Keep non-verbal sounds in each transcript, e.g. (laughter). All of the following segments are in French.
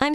I'm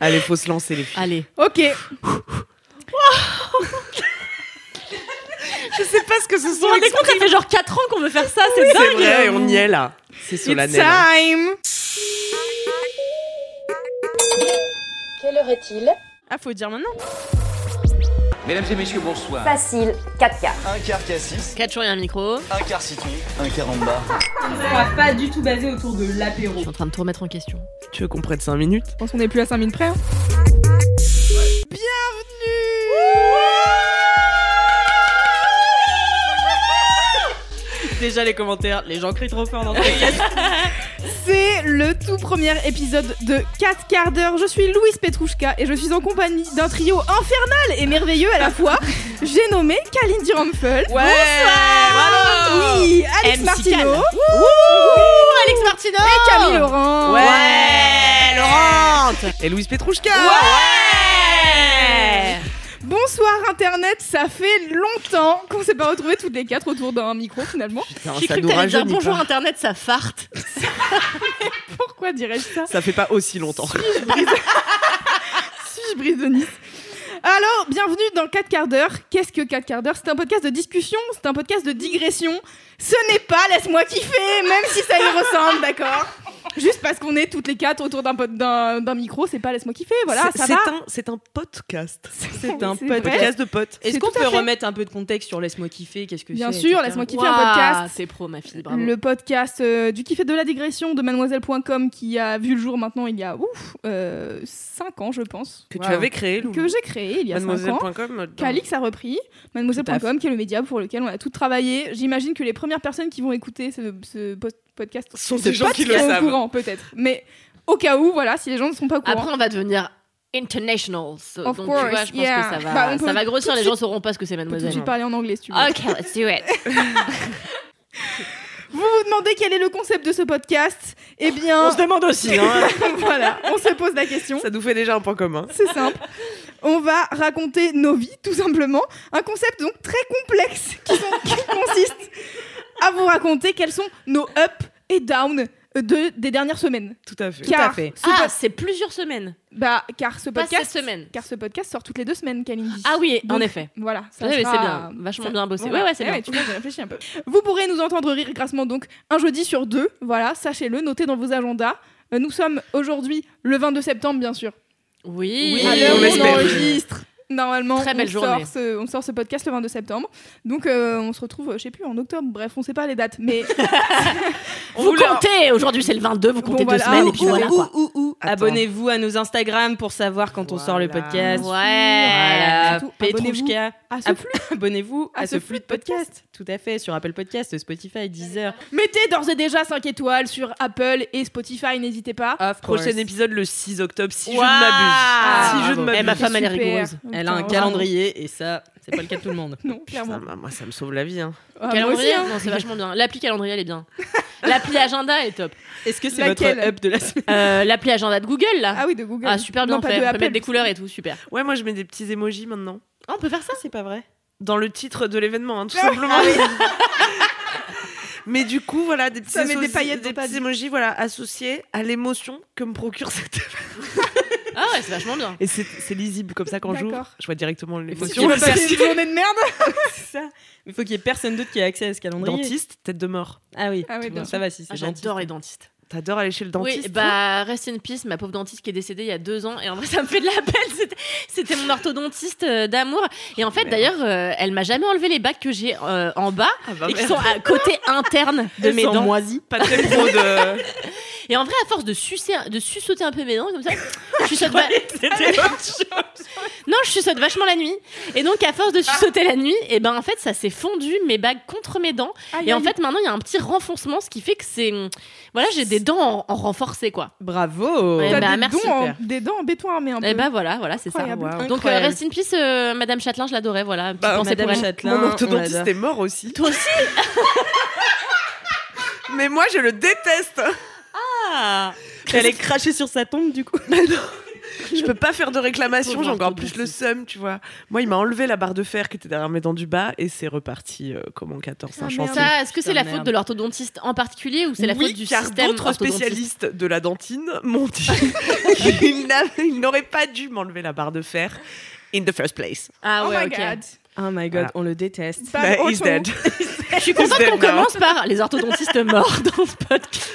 Allez, faut se lancer les filles. Allez. Ok. Je sais pas ce que ce sont On les compte, ça fait genre 4 ans qu'on veut faire ça, c'est C'est dingue. vrai, on y est là. C'est It's solennel. hein. time. Quelle heure est-il Ah, faut dire maintenant. Mesdames et messieurs, bonsoir. Facile, 4K. Un quart cassis, 4 jours et un micro. Je un quart citron, un quart bar. suis en train de tout remettre en question. Tu veux qu'on prenne 5 minutes Je pense qu'on est plus à 5000 près. hein. Déjà les commentaires, les gens crient trop fort dans C'est le tout premier épisode de 4 quarts d'heure. Je suis Louise Petrouchka et je suis en compagnie d'un trio infernal et merveilleux à la fois. (laughs) J'ai nommé Kaline Duramfel. Ouais Bravo Oui, Alex MC Cal. Martineau. Alex Martino Et Camille Laurent. Ouais, Laurent Et Louise Petrouchka Ouais Bonsoir Internet, ça fait longtemps qu'on s'est pas retrouvés toutes les quatre autour d'un micro finalement. Putain, J'ai ça cru que nous t'allais dire rajeunit bonjour pas. internet, ça farte. Pourquoi dirais-je ça Ça fait pas aussi longtemps. Si je brise de Nice. Alors, bienvenue dans 4 quarts d'heure. Qu'est-ce que 4 quarts d'heure C'est un podcast de discussion, c'est un podcast de digression. Ce n'est pas Laisse-moi kiffer, même si ça (laughs) y ressemble, d'accord Juste parce qu'on est toutes les quatre autour d'un pod- d'un d'un micro, c'est pas Laisse-moi kiffer, voilà, C'est- ça c'est va. un, c'est un podcast. C'est un c'est podcast de potes. C'est Est-ce qu'on tout à peut fait. remettre un peu de contexte sur Laisse-moi kiffer Qu'est-ce que Bien c'est, sûr, etc. Laisse-moi kiffer un podcast. C'est pro, ma fille, bravo. Le podcast euh, du kiffé de la digression de mademoiselle.com qui a vu le jour maintenant il y a ouf 5 ans je pense Que tu Wow. avais créé, Lou. que j'ai créé il y a 5 ans Mademoiselle.com. dans- Calix a repris Tout mademoiselle.com qui est le média pour lequel on a tout travaillé. J'imagine que les premières personnes qui vont écouter ce, ce post- podcast Sont ce des gens qui le podcast savent. au courant peut-être. Mais au cas où, voilà, si les gens ne sont pas au courant. Après, on va devenir international. so- Of donc, course, tu vois, je pense yeah. que ça va, Bah, on peut ça va grossir. tout de Les gens suite- sauront pas ce que c'est, on peut tout de mademoiselle. Ah. suite parler en anglais si tu veux. Ok, let's do it. Vous vous demandez quel est le concept de ce podcast Eh bien, Ah, On se demande aussi, hein. (laughs) (laughs) voilà, on se pose la question. Ça nous fait déjà un point commun. C'est simple. On va raconter nos vies, tout simplement. Un concept donc très complexe qui, sont- qui consiste à vous raconter quels sont nos ups et downs de, des dernières semaines. Tout à fait. car, fait. Ce Ah, pod- c'est plusieurs semaines. bah, car ce Pas podcast, cette semaine. car ce podcast sort toutes les deux semaines, Kalindi. Ah oui, en Donc, effet. Voilà, ça Ouais, mais sera- c'est bien, vachement ça- bah, eh bien bossé. voilà. Ouais, ouais, c'est bien. tu vois, j'ai réfléchi un peu. Vous pourrez nous entendre rire grassement donc un jeudi sur deux. Voilà, sachez-le, notez dans vos agendas. Euh, Nous sommes aujourd'hui le 22 septembre, bien sûr. Oui, Oui, à on l'heure où on l'espère. enregistre. Normalement, Très belle on, journée. sort ce, on sort ce podcast le 22 septembre. Donc, euh, on se retrouve, euh, je sais plus, en octobre. Bref, on sait pas les (laughs) dates. Mais On Vous voulait- comptez Aujourd'hui, c'est le 22, vous comptez Bon, deux voilà. semaines et puis Ouh, voilà quoi. Attends. Abonnez-vous à nos Instagram pour savoir quand on sort le Voilà. podcast. Ouais. Surtout, Petrouchka, à ce Ah, flux, abonnez-vous à, À ce flux de podcast. podcasts. Tout à fait, sur Apple Podcast, Spotify, Deezer. mettez d'ores et déjà 5 étoiles sur Apple et Spotify, n'hésitez pas. Of Prochain épisode le 6 octobre, si je Waouh. ne m'abuse. Si je ne Bravo. m'abuse. Eh, ma femme, elle est Super. rigoureuse. Elle a un Putain, calendrier et ça, c'est pas le cas de tout le monde. Non, Putain, clairement. bah, moi, ça me sauve la vie. Hein. Ah, moi Calendrier, aussi, hein. non, c'est vachement bien. L'appli calendrier, elle est bien. L'appli agenda est top. Est-ce que c'est Laquelle votre up de la semaine Euh, L'appli agenda de Google là. Ah oui, de Google. Ah, super bien Non, pas fait. de On peut Apple. mettre des couleurs et tout, super. Ouais, moi, je mets des petits emojis maintenant. Ah, on peut faire ça C'est pas vrai. Dans le titre de l'événement, hein, tout (laughs) Ah oui. simplement. Mais du coup, voilà, des petits, Ça met des associ- paillettes dans ta petits vie. emojis voilà, associés à l'émotion que me procure cette Ah ouais, c'est vachement bien. (laughs) Et c'est c'est lisible comme ça quand j'ouvre. D'accord. Je vois directement Si l'émotion. tu veux passer une journée de merde. C'est ça. Mais faut qu'il y ait personne d'autre qui ait accès à ce calendrier. Dentiste, tête de mort. Ah oui, Ah oui, tu bien vois, sûr. ça va si c'est Ah, dentiste. J'adore les dentistes. T'adores aller chez le dentiste. oui, bah rest in peace, ma pauvre dentiste qui est décédée il y a deux ans. Et en vrai, ça me fait de la peine. (laughs) C'était- C'était mon orthodontiste euh, d'amour. Et en fait, d'ailleurs, euh, elle m'a jamais enlevé les bacs que j'ai euh, en bas toi Ah bah et qui merde. (laughs) sont à (laughs) côté interne de Elles mes sont dents. moisies. Pas très pro de. (laughs) Et en vrai, à force de sucer, de suçoter un peu mes dents comme ça, je chuchote va- Non, je chuchote vachement la nuit. Et donc, à Ah. force de chuchoter la nuit, et ben en fait, ça s'est fondu, mes bagues contre mes dents. Et en fait, maintenant, il y a un petit renfoncement, ce qui fait que c'est. Voilà, j'ai des dents en, en renforcé, quoi. Bravo. Ouais, Oh. T'as bah, des, merci, dents en, super. des dents en béton armé un peu. Et ben voilà, voilà, c'est ça. Incroyable. Waouh. Donc, euh, Incroyable. reste in peace, euh, Madame Châtelain, je l'adorais, voilà. Petite Bah, pensée Madame pour elle. Châtelain. Mon on orthodontiste adore. est mort aussi. Toi aussi Mais moi, je le déteste. Elle est crachée sur sa tombe du coup. Je peux pas faire de réclamation, Pauvre j'ai encore plus le orthodontiste. seum, tu vois. Moi, il m'a enlevé la barre de fer qui était derrière mes dents du bas et c'est reparti euh, comme en 14, un Ah, chantier. Ça, est-ce que c'est Putain, la faute merde. de l'orthodontiste en particulier ou c'est la oui, faute du car système d'autres orthodontiste spécialistes de la dentine m'ont (laughs) dit (laughs) qu'ils n'a- ils n'auraient pas dû m'enlever la barre de fer in the first place. Ah Oh ouais, my ok. god. Oh my god, Voilà. on le déteste. Bah, Bah, he's autre (laughs) dead. mot. Je suis contente Système qu'on mort. commence par les orthodontistes morts dans ce podcast.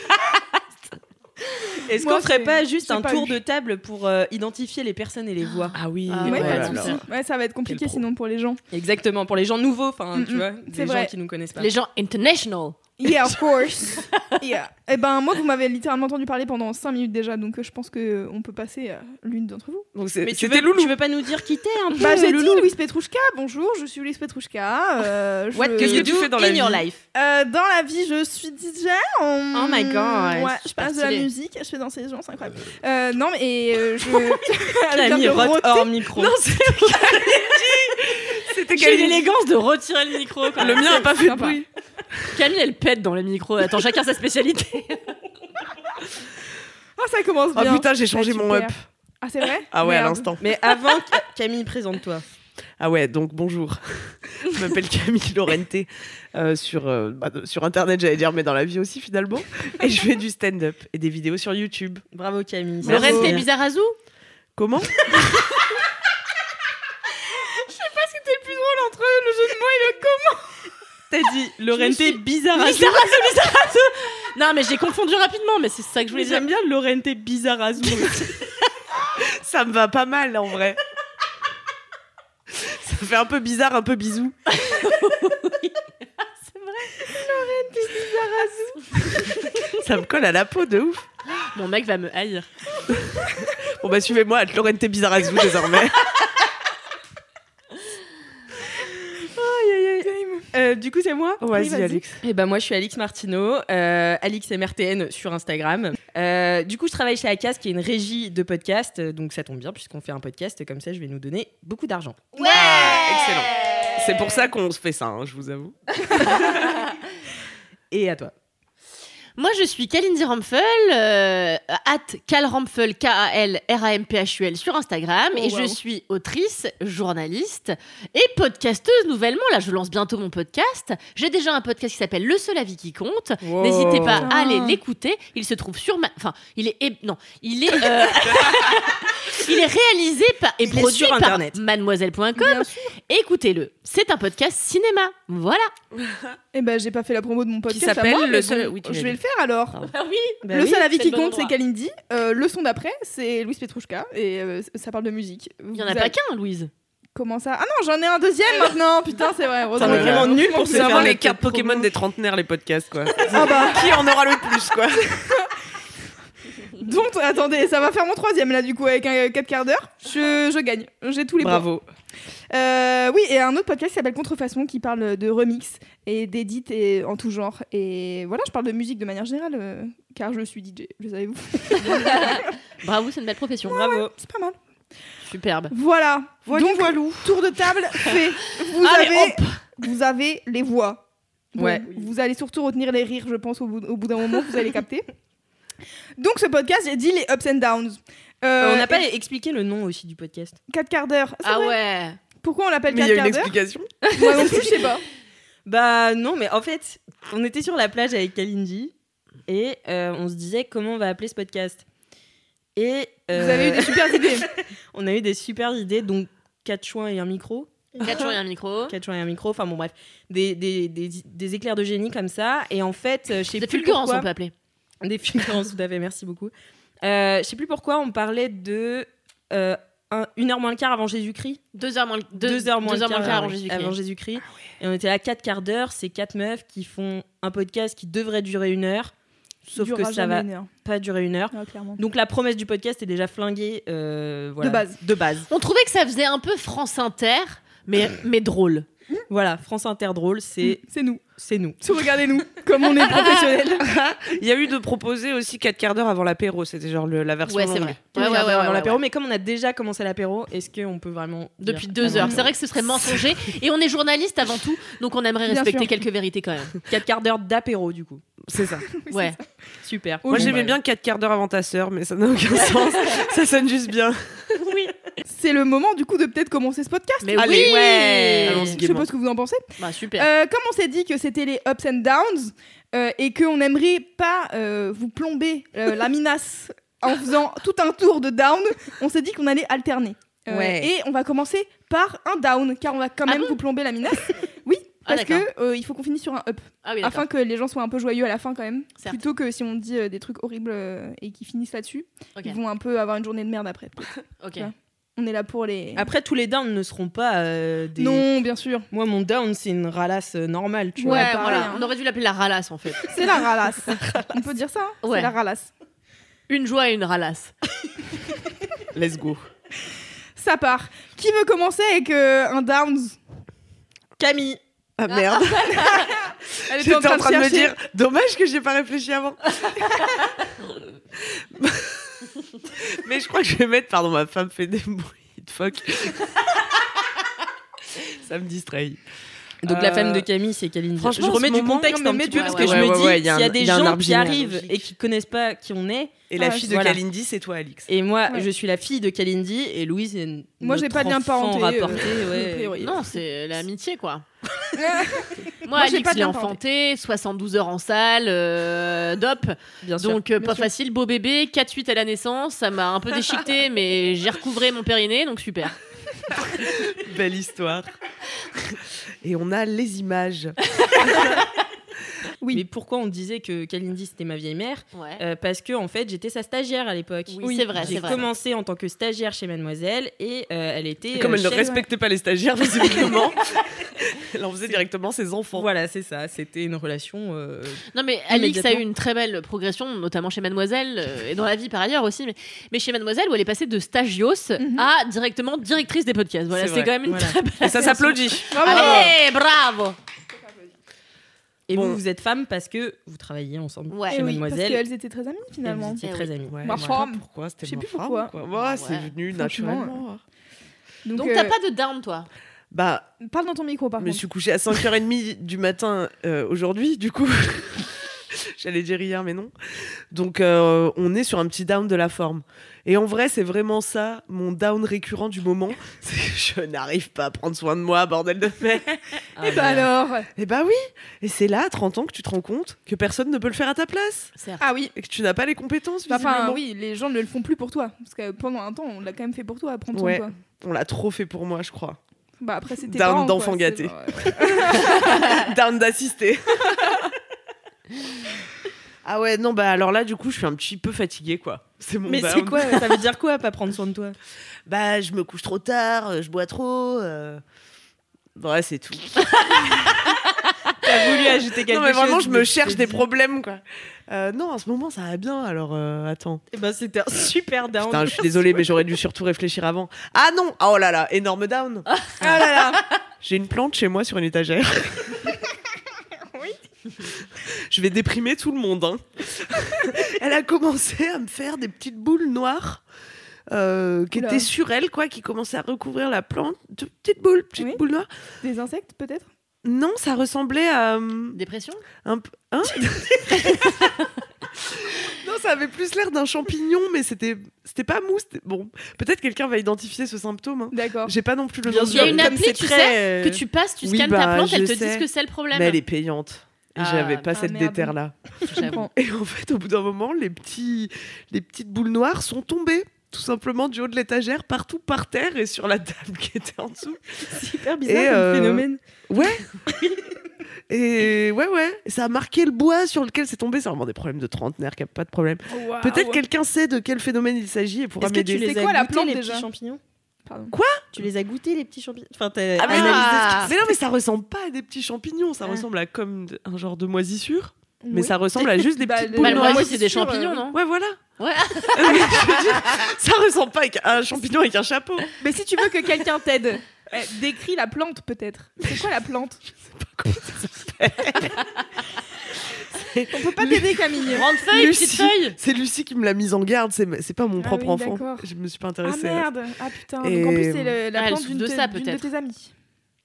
Est-ce Moi, qu'on ferait c'est- pas juste j'ai un pas tour eu. de table pour euh, identifier les personnes et les voix Ah oui, Ah Ouais, ouais, pas de alors. soucis. Ouais, ça va être compliqué Quel pro. sinon pour les gens. Exactement, pour les gens nouveaux, enfin, Mm, tu mm, vois, c'est des gens vrai. qui nous connaissent pas. Les gens international. Yeah, of (laughs) course. yeah. Eh ben, moi, vous m'avez littéralement entendu parler pendant 5 minutes déjà, donc euh, je pense que euh, on peut passer à l'une d'entre vous. Donc c'est- Mais tu c'était veux, Loulou. tu veux pas nous dire qui t'es un peu Bah, j'ai dit Loulou Louis Petrouchka, bonjour, je suis Louis Petrouchka. euh, je- What Qu'est-ce que you tu do fais dans la in vie your life Euh, dans la vie, je suis DJ. en- Oh my God, Ouais, je super passe de la stylé. musique, je fais danser les gens, c'est incroyable. Euh, non, mais et, euh, je. (laughs) Elle vient Camille de rote roter. hors micro. Non, c'est C'était J'ai Camille. l'élégance de retirer le micro. quand Le même. mien n'a pas fait de Sympa. bruit. Camille, elle pète dans le micro. Attends, chacun sa spécialité. Ah, ça commence Ah bien. putain, j'ai changé Bah, Ouais, mon super. up. Ah, c'est vrai Ah ouais, à Merde. l'instant. Mais avant, Ca- Camille, présente-toi. Ah ouais, donc bonjour. (laughs) Je m'appelle Camille Laurenté euh, sur, euh, bah, de- sur Internet, j'allais dire, mais dans la vie aussi finalement. Et je fais du stand-up et des vidéos sur YouTube. Bravo Camille. Merci. Lorraine, t'es Merci. bizarre à zoo Comment T'as dit Lorraine, Je me t'es suis- bizarre à Bizarre à zoo, bizarre à zoo Non, mais j'ai confondu rapidement, mais c'est ça que je voulais dire. J'aime bien Lorraine, t'es bizarre à zoo. Ça me va pas mal en vrai. Ça fait un peu bizarre, un peu bisou. C'est vrai. Ça me colle à la peau de ouf. Mon mec va me haïr. Bon bah suivez-moi à Laurenté Bizarazou désormais. Euh, du coup, c'est moi Oh, Vas-y, Oui, Alix. Et ben moi, je suis Alix Martineau, euh, Alix MRTN sur Instagram. Euh, du coup, je travaille chez Acast, qui est une régie de podcast. euh, Donc, ça tombe bien, puisqu'on fait un podcast. Comme ça, je vais nous donner beaucoup d'argent. Ah, excellent. C'est pour ça qu'on se fait ça, hein, je vous avoue. Et à toi. Moi, je suis Kalindi Rampfel, euh, at kalrampfel, K-A-L-R-A-M-P-H-U-L sur Instagram. Oh, et je wow. suis autrice, journaliste et podcasteuse nouvellement. Là, je lance bientôt mon podcast. J'ai déjà un podcast qui s'appelle Le seul avis qui compte. N'hésitez pas à Ah. aller l'écouter. Il se trouve sur ma. Enfin, il est. é- Non, il est. euh, (laughs) il est réalisé par et Il est produit sur par Internet. mademoiselle.com. Écoutez-le. C'est un podcast cinéma. Voilà. Eh ben, j'ai pas fait la promo de mon podcast. à s'appelle moi, Le mais seul- bon, oui, tu je l'as vais le dit. faire alors. oui. Bah le oui. seul avis c'est qui le bon compte, c'est endroit. Kalindi. Euh, le son d'après, c'est Louis Petrouchka. Et euh, ça parle de musique. Il y en a pas qu'un, Louise. Comment ça Ah non, j'en ai un deuxième maintenant. Putain, c'est vrai. Ça heureusement est que- vraiment nul pour que- se faire vraiment les les cartes quatre Pokémon promos. des trentenaires, les podcasts, quoi. Ah bah. Qui en aura le plus, quoi Donc, attendez, ça va faire mon troisième là, du coup, avec un 4 quarts d'heure. Je, je gagne. J'ai tous les points. Bravo. Euh, oui, et un autre podcast qui s'appelle Contrefaçon qui parle de remix et d'édits et- en tout genre. Et voilà, je parle de musique de manière générale euh, car je suis DJ, le savez-vous Bravo, c'est une belle profession. Bravo. C'est pas mal. Superbe. Voilà. Voilou, Donc, tour de table fait. Vous, Allez, avez, vous avez les voix. Bon, Ouais. Vous allez surtout retenir les rires, je pense, au bout, au bout d'un moment, vous allez capter. Donc, ce podcast, j'ai dit les ups and downs. Euh, Euh, on n'a pas expliqué le nom aussi du podcast. 4 quarts d'heure. C'est Ah vrai. ouais. Pourquoi on l'appelle Mais il 4 y a une quarts d'heure explication. Moi non plus, je sais pas. Bah non, mais en fait, on était sur la plage avec Kalindi et euh, on se disait comment on va appeler ce podcast. Et euh, Vous avez eu des super idées. (laughs) on a eu des super idées, donc quatre choix et un micro. Quatre jours et un micro. Quatre choix et un micro, enfin bon bref, des, des, des, des éclairs de génie comme ça. Et en fait, euh, je sais Des plus fulgurances, pourquoi... on peut appeler. (laughs) Des fulgurances, tout à fait, merci beaucoup. Euh, je sais plus pourquoi on parlait de euh, un- une heure moins le quart avant Jésus-Christ. Deux heures moins le deux, deux heures moins deux le heures moins le quart avant avant Jésus-Christ. Jésus-Christ. Ah Et on était là quatre quarts d'heure, c'est quatre meufs qui font un podcast qui devrait durer une heure, Sauf que Durera ça jamais va une heure. pas durer une heure. Ah, clairement. Donc la promesse du podcast est déjà flinguée. euh, voilà. De base. De base. On trouvait que ça faisait un peu France Inter, mais, mais drôle. Voilà, France Inter drôle, c'est C'est nous. c'est nous. Sous- (laughs) Regardez-nous, comme on est professionnels. Il y a eu de proposer aussi 4 quarts d'heure avant l'apéro. C'était genre le- la version. Ouais, c'est longue. vrai. On Ouais, ouais, ouais, regardera ouais, avant ouais, l'apéro, mais comme on a déjà commencé l'apéro, est-ce qu'on peut vraiment ouais. Depuis deux heures heures. C'est vrai que ce serait mensonger. Et on est journaliste avant tout, donc on aimerait Bien respecter sûr. quelques vérités quand même. Quatre quarts d'heure d'apéro, du coup. C'est ça. Ouais. (laughs) Super. bah. Moi, j'aimais bien 4 quarts d'heure avant ta sœur, mais ça n'a aucun (laughs) sens. ça sonne juste bien. C'est le moment du coup de peut-être commencer ce podcast. Mais Allez, oui ouais. Allons-y. Je sais pas ce que vous en pensez. Bah, super. Euh, comme on s'est dit que c'était les ups and downs euh, et qu'on n'aimerait pas euh, vous plomber euh, la minace en faisant tout un tour de down, on s'est dit qu'on allait alterner. Euh, Ouais. Et on va commencer par un down, car on va quand Ah même bon vous plomber la minace. Oui, Ah, parce d'accord. que euh, il faut qu'on finisse sur un up, ah oui, d'accord. afin que les gens soient un peu joyeux à la fin quand même, Certes. plutôt que si on dit euh, des trucs horribles euh, et qu'ils finissent là-dessus, Ok, ils vont un peu avoir une journée de merde après. ok. Ouais. On est là pour les... Après, tous les downs ne seront pas euh, Ah, des. Non, bien sûr. Moi, mon down, c'est une ralasse euh, normale, tu Ouais, vois. pareil, voilà. hein. On aurait dû l'appeler la ralasse en fait. C'est la ralasse. on peut dire ça hein Ouais. C'est la ralasse. Une joie et une ralasse. Let's go. Ça part. Qui veut commencer avec euh, un Downs Camille. Ah merde. Elle J'étais en train, de me chercher. dire, dommage que j'ai pas réfléchi avant. Mais je crois que je vais mettre, pardon, ma femme fait des bruits de phoque. Ça me distrahait. Donc, la Euh, femme de Camille, c'est Kaline. franchement, je remets en du ce moment, contexte non, un mais petit peu, mets- parce ouais, que je ouais, me ouais, dis, ouais, il y s'il y a un- a des il y a un gens arbre qui arrivent généalogique. et qui connaissent pas qui on est, Et la Ah, fille de voilà. Kalindi, c'est toi, Alix. et moi, Ouais. je suis la fille de Kalindi, et Louise est n- Moi, j'ai notre pas de lien enfant parenté, rapporté, euh, (laughs) ouais. a priori. Non, c'est euh, l'amitié (laughs) quoi. Moi, Moi, j'ai Alix, pas de l'ai lien parenté. enfanté, 72 heures en salle, euh, dop. Bien sûr. Donc, euh, bien pas sûr. facile, beau bébé, 4-8 à la naissance, ça m'a un peu (laughs) déchiqueté, mais j'ai recouvré mon périnée, donc super. Belle histoire. Et on a les images. oui. Mais pourquoi on disait que Kalindi, c'était ma vieille mère Ouais. Euh, parce que en fait j'étais sa stagiaire à l'époque. Oui, c'est vrai, J'ai c'est vrai. commencé en tant que stagiaire chez Mademoiselle et euh, elle était. Comme euh, elle ne chef- respectait pas les stagiaires, visiblement, elle en faisait directement ses enfants. Voilà, c'est ça. C'était une relation. euh, Non, mais Alix a eu Immédiatement. une très belle progression, notamment chez Mademoiselle, euh, et dans la vie par ailleurs aussi, mais, mais chez Mademoiselle, où elle est passée de stagios Mhm. à directement directrice des podcasts. Voilà, C'est c'est vrai, quand même une voilà. très belle. Et ça s'applaudit. Allez, bravo! Et Bon. vous, vous êtes femme parce que vous travailliez ensemble Ouais. chez Eh oui, parce Ah, Mademoiselle. qu'elles étaient très amies et vous finalement. étiez Eh très oui. amies. Ouais, Ma je sais femme. pas Pourquoi c'était Je sais ma plus femme, pourquoi. quoi. Moi, Ouais. c'est venu Franchement, naturellement. Donc, Donc, euh, t'as pas de down, toi? Bah, parle dans ton micro par Je me contre. suis couchée à 5h30 du matin euh, aujourd'hui, du coup. (laughs) J'allais dire hier, mais non. Donc, euh, on est sur un petit down de la forme. Et en vrai, c'est vraiment ça, mon down récurrent du moment. (laughs) C'est que je n'arrive pas à prendre soin de moi, bordel de merde. Ah, Eh bah là, là. alors Et bah oui Et c'est là, à 30 ans, que tu te rends compte que personne ne peut le faire à ta place. Certes. Ah oui. Et que tu n'as pas les compétences, Bah, Enfin visiblement. oui, les gens ne le font plus pour toi parce que pendant un temps on l'a quand même fait pour toi, prendre soin Ouais. de toi. On l'a trop fait pour moi, je crois. (laughs) Bah après c'était Down d'enfant gâté. euh, Down d'assister. ah ouais, non, bah alors là, du coup, je suis un petit peu fatiguée, quoi. C'est mon Mais down. c'est quoi Ça veut dire (laughs) quoi pas prendre soin de toi Bah, je me couche trop tard, euh, je bois trop. euh. Ouais, c'est tout. T'as voulu ajouter quelque chose non, mais vraiment, je mais me tu cherche t'es des dit- problèmes, quoi. Euh, non, en ce moment, ça va bien, alors euh, attends. Eh ben, c'était un super down. Putain, je (laughs) suis désolée, mais j'aurais dû surtout réfléchir avant. Ah non Ah, Oh là là, énorme down Ah là là. J'ai une plante chez moi sur une (laughs) étagère. Je vais déprimer tout le monde. hein. elle a commencé à me faire des petites boules noires euh, qui Oula. étaient sur elle, quoi, qui commençaient à recouvrir la plante. De petites boules, petites Oui. boules noires. Des insectes peut-être Non, ça ressemblait à euh, Dépression? un p- hein (laughs) Non, ça avait plus l'air d'un champignon, mais c'était c'était pas mou. c'était- Bon, peut-être quelqu'un va identifier ce symptôme. hein. D'accord. J'ai pas non plus le Bien nom. sûr, Il y a une comme appli, c'est tu très, euh, Que tu passes, tu oui, scannes ta bah, plante, elle je te dit sais. ce que c'est le problème. Mais elle est payante. Et Ah. j'avais pas Ah, cette merde. déterre là. J'avoue. Et en fait, au bout d'un moment, les petits les petites boules noires sont tombées tout simplement du haut de l'étagère, partout par terre et sur la table qui était en dessous. C'est hyper bizarre comme phénomène. phénomène. Ouais. Et ouais, ouais. Et ça a marqué le bois sur lequel c'est tombé. C'est vraiment des problèmes de trentenaire qui a pas de problème. Oh, Peut-être quelqu'un sait de quel phénomène il s'agit et Ah, pourra Est-ce que tu m'aider. les C'est as quoi la goûtés, plante, les déjà petits champignons Pardon. Quoi Tu les as goûtés les petits champignons Enfin, t'as Ah, mais, analysé non, mais non, mais ça ressemble pas à des petits champignons. Ça Ah. ressemble à comme de- un genre de moisissure. mais ça ressemble à (laughs) juste des Bah, petites le- boules Bah, Malmoisie, noires. moi, c'est c'est des sûr, champignons, euh, non Ouais, voilà. (laughs) Ouais. Je dis, ça ressemble pas à un champignon avec un (laughs) chapeau. Mais si tu veux que quelqu'un t'aide, (laughs) eh, décris la plante peut-être. C'est quoi la plante On peut pas t'aider Camille. Grande feuille, Lucie. petite feuille. C'est Lucie qui me l'a mise en garde, c'est c'est pas mon Ah propre oui, enfant. d'accord. Je me suis pas Ah intéressée. à- merde, ah putain. Et- Donc en plus c'est le- Ah, la elle plante souffre d'une de te- ça, d'une de peut-être. tes amies.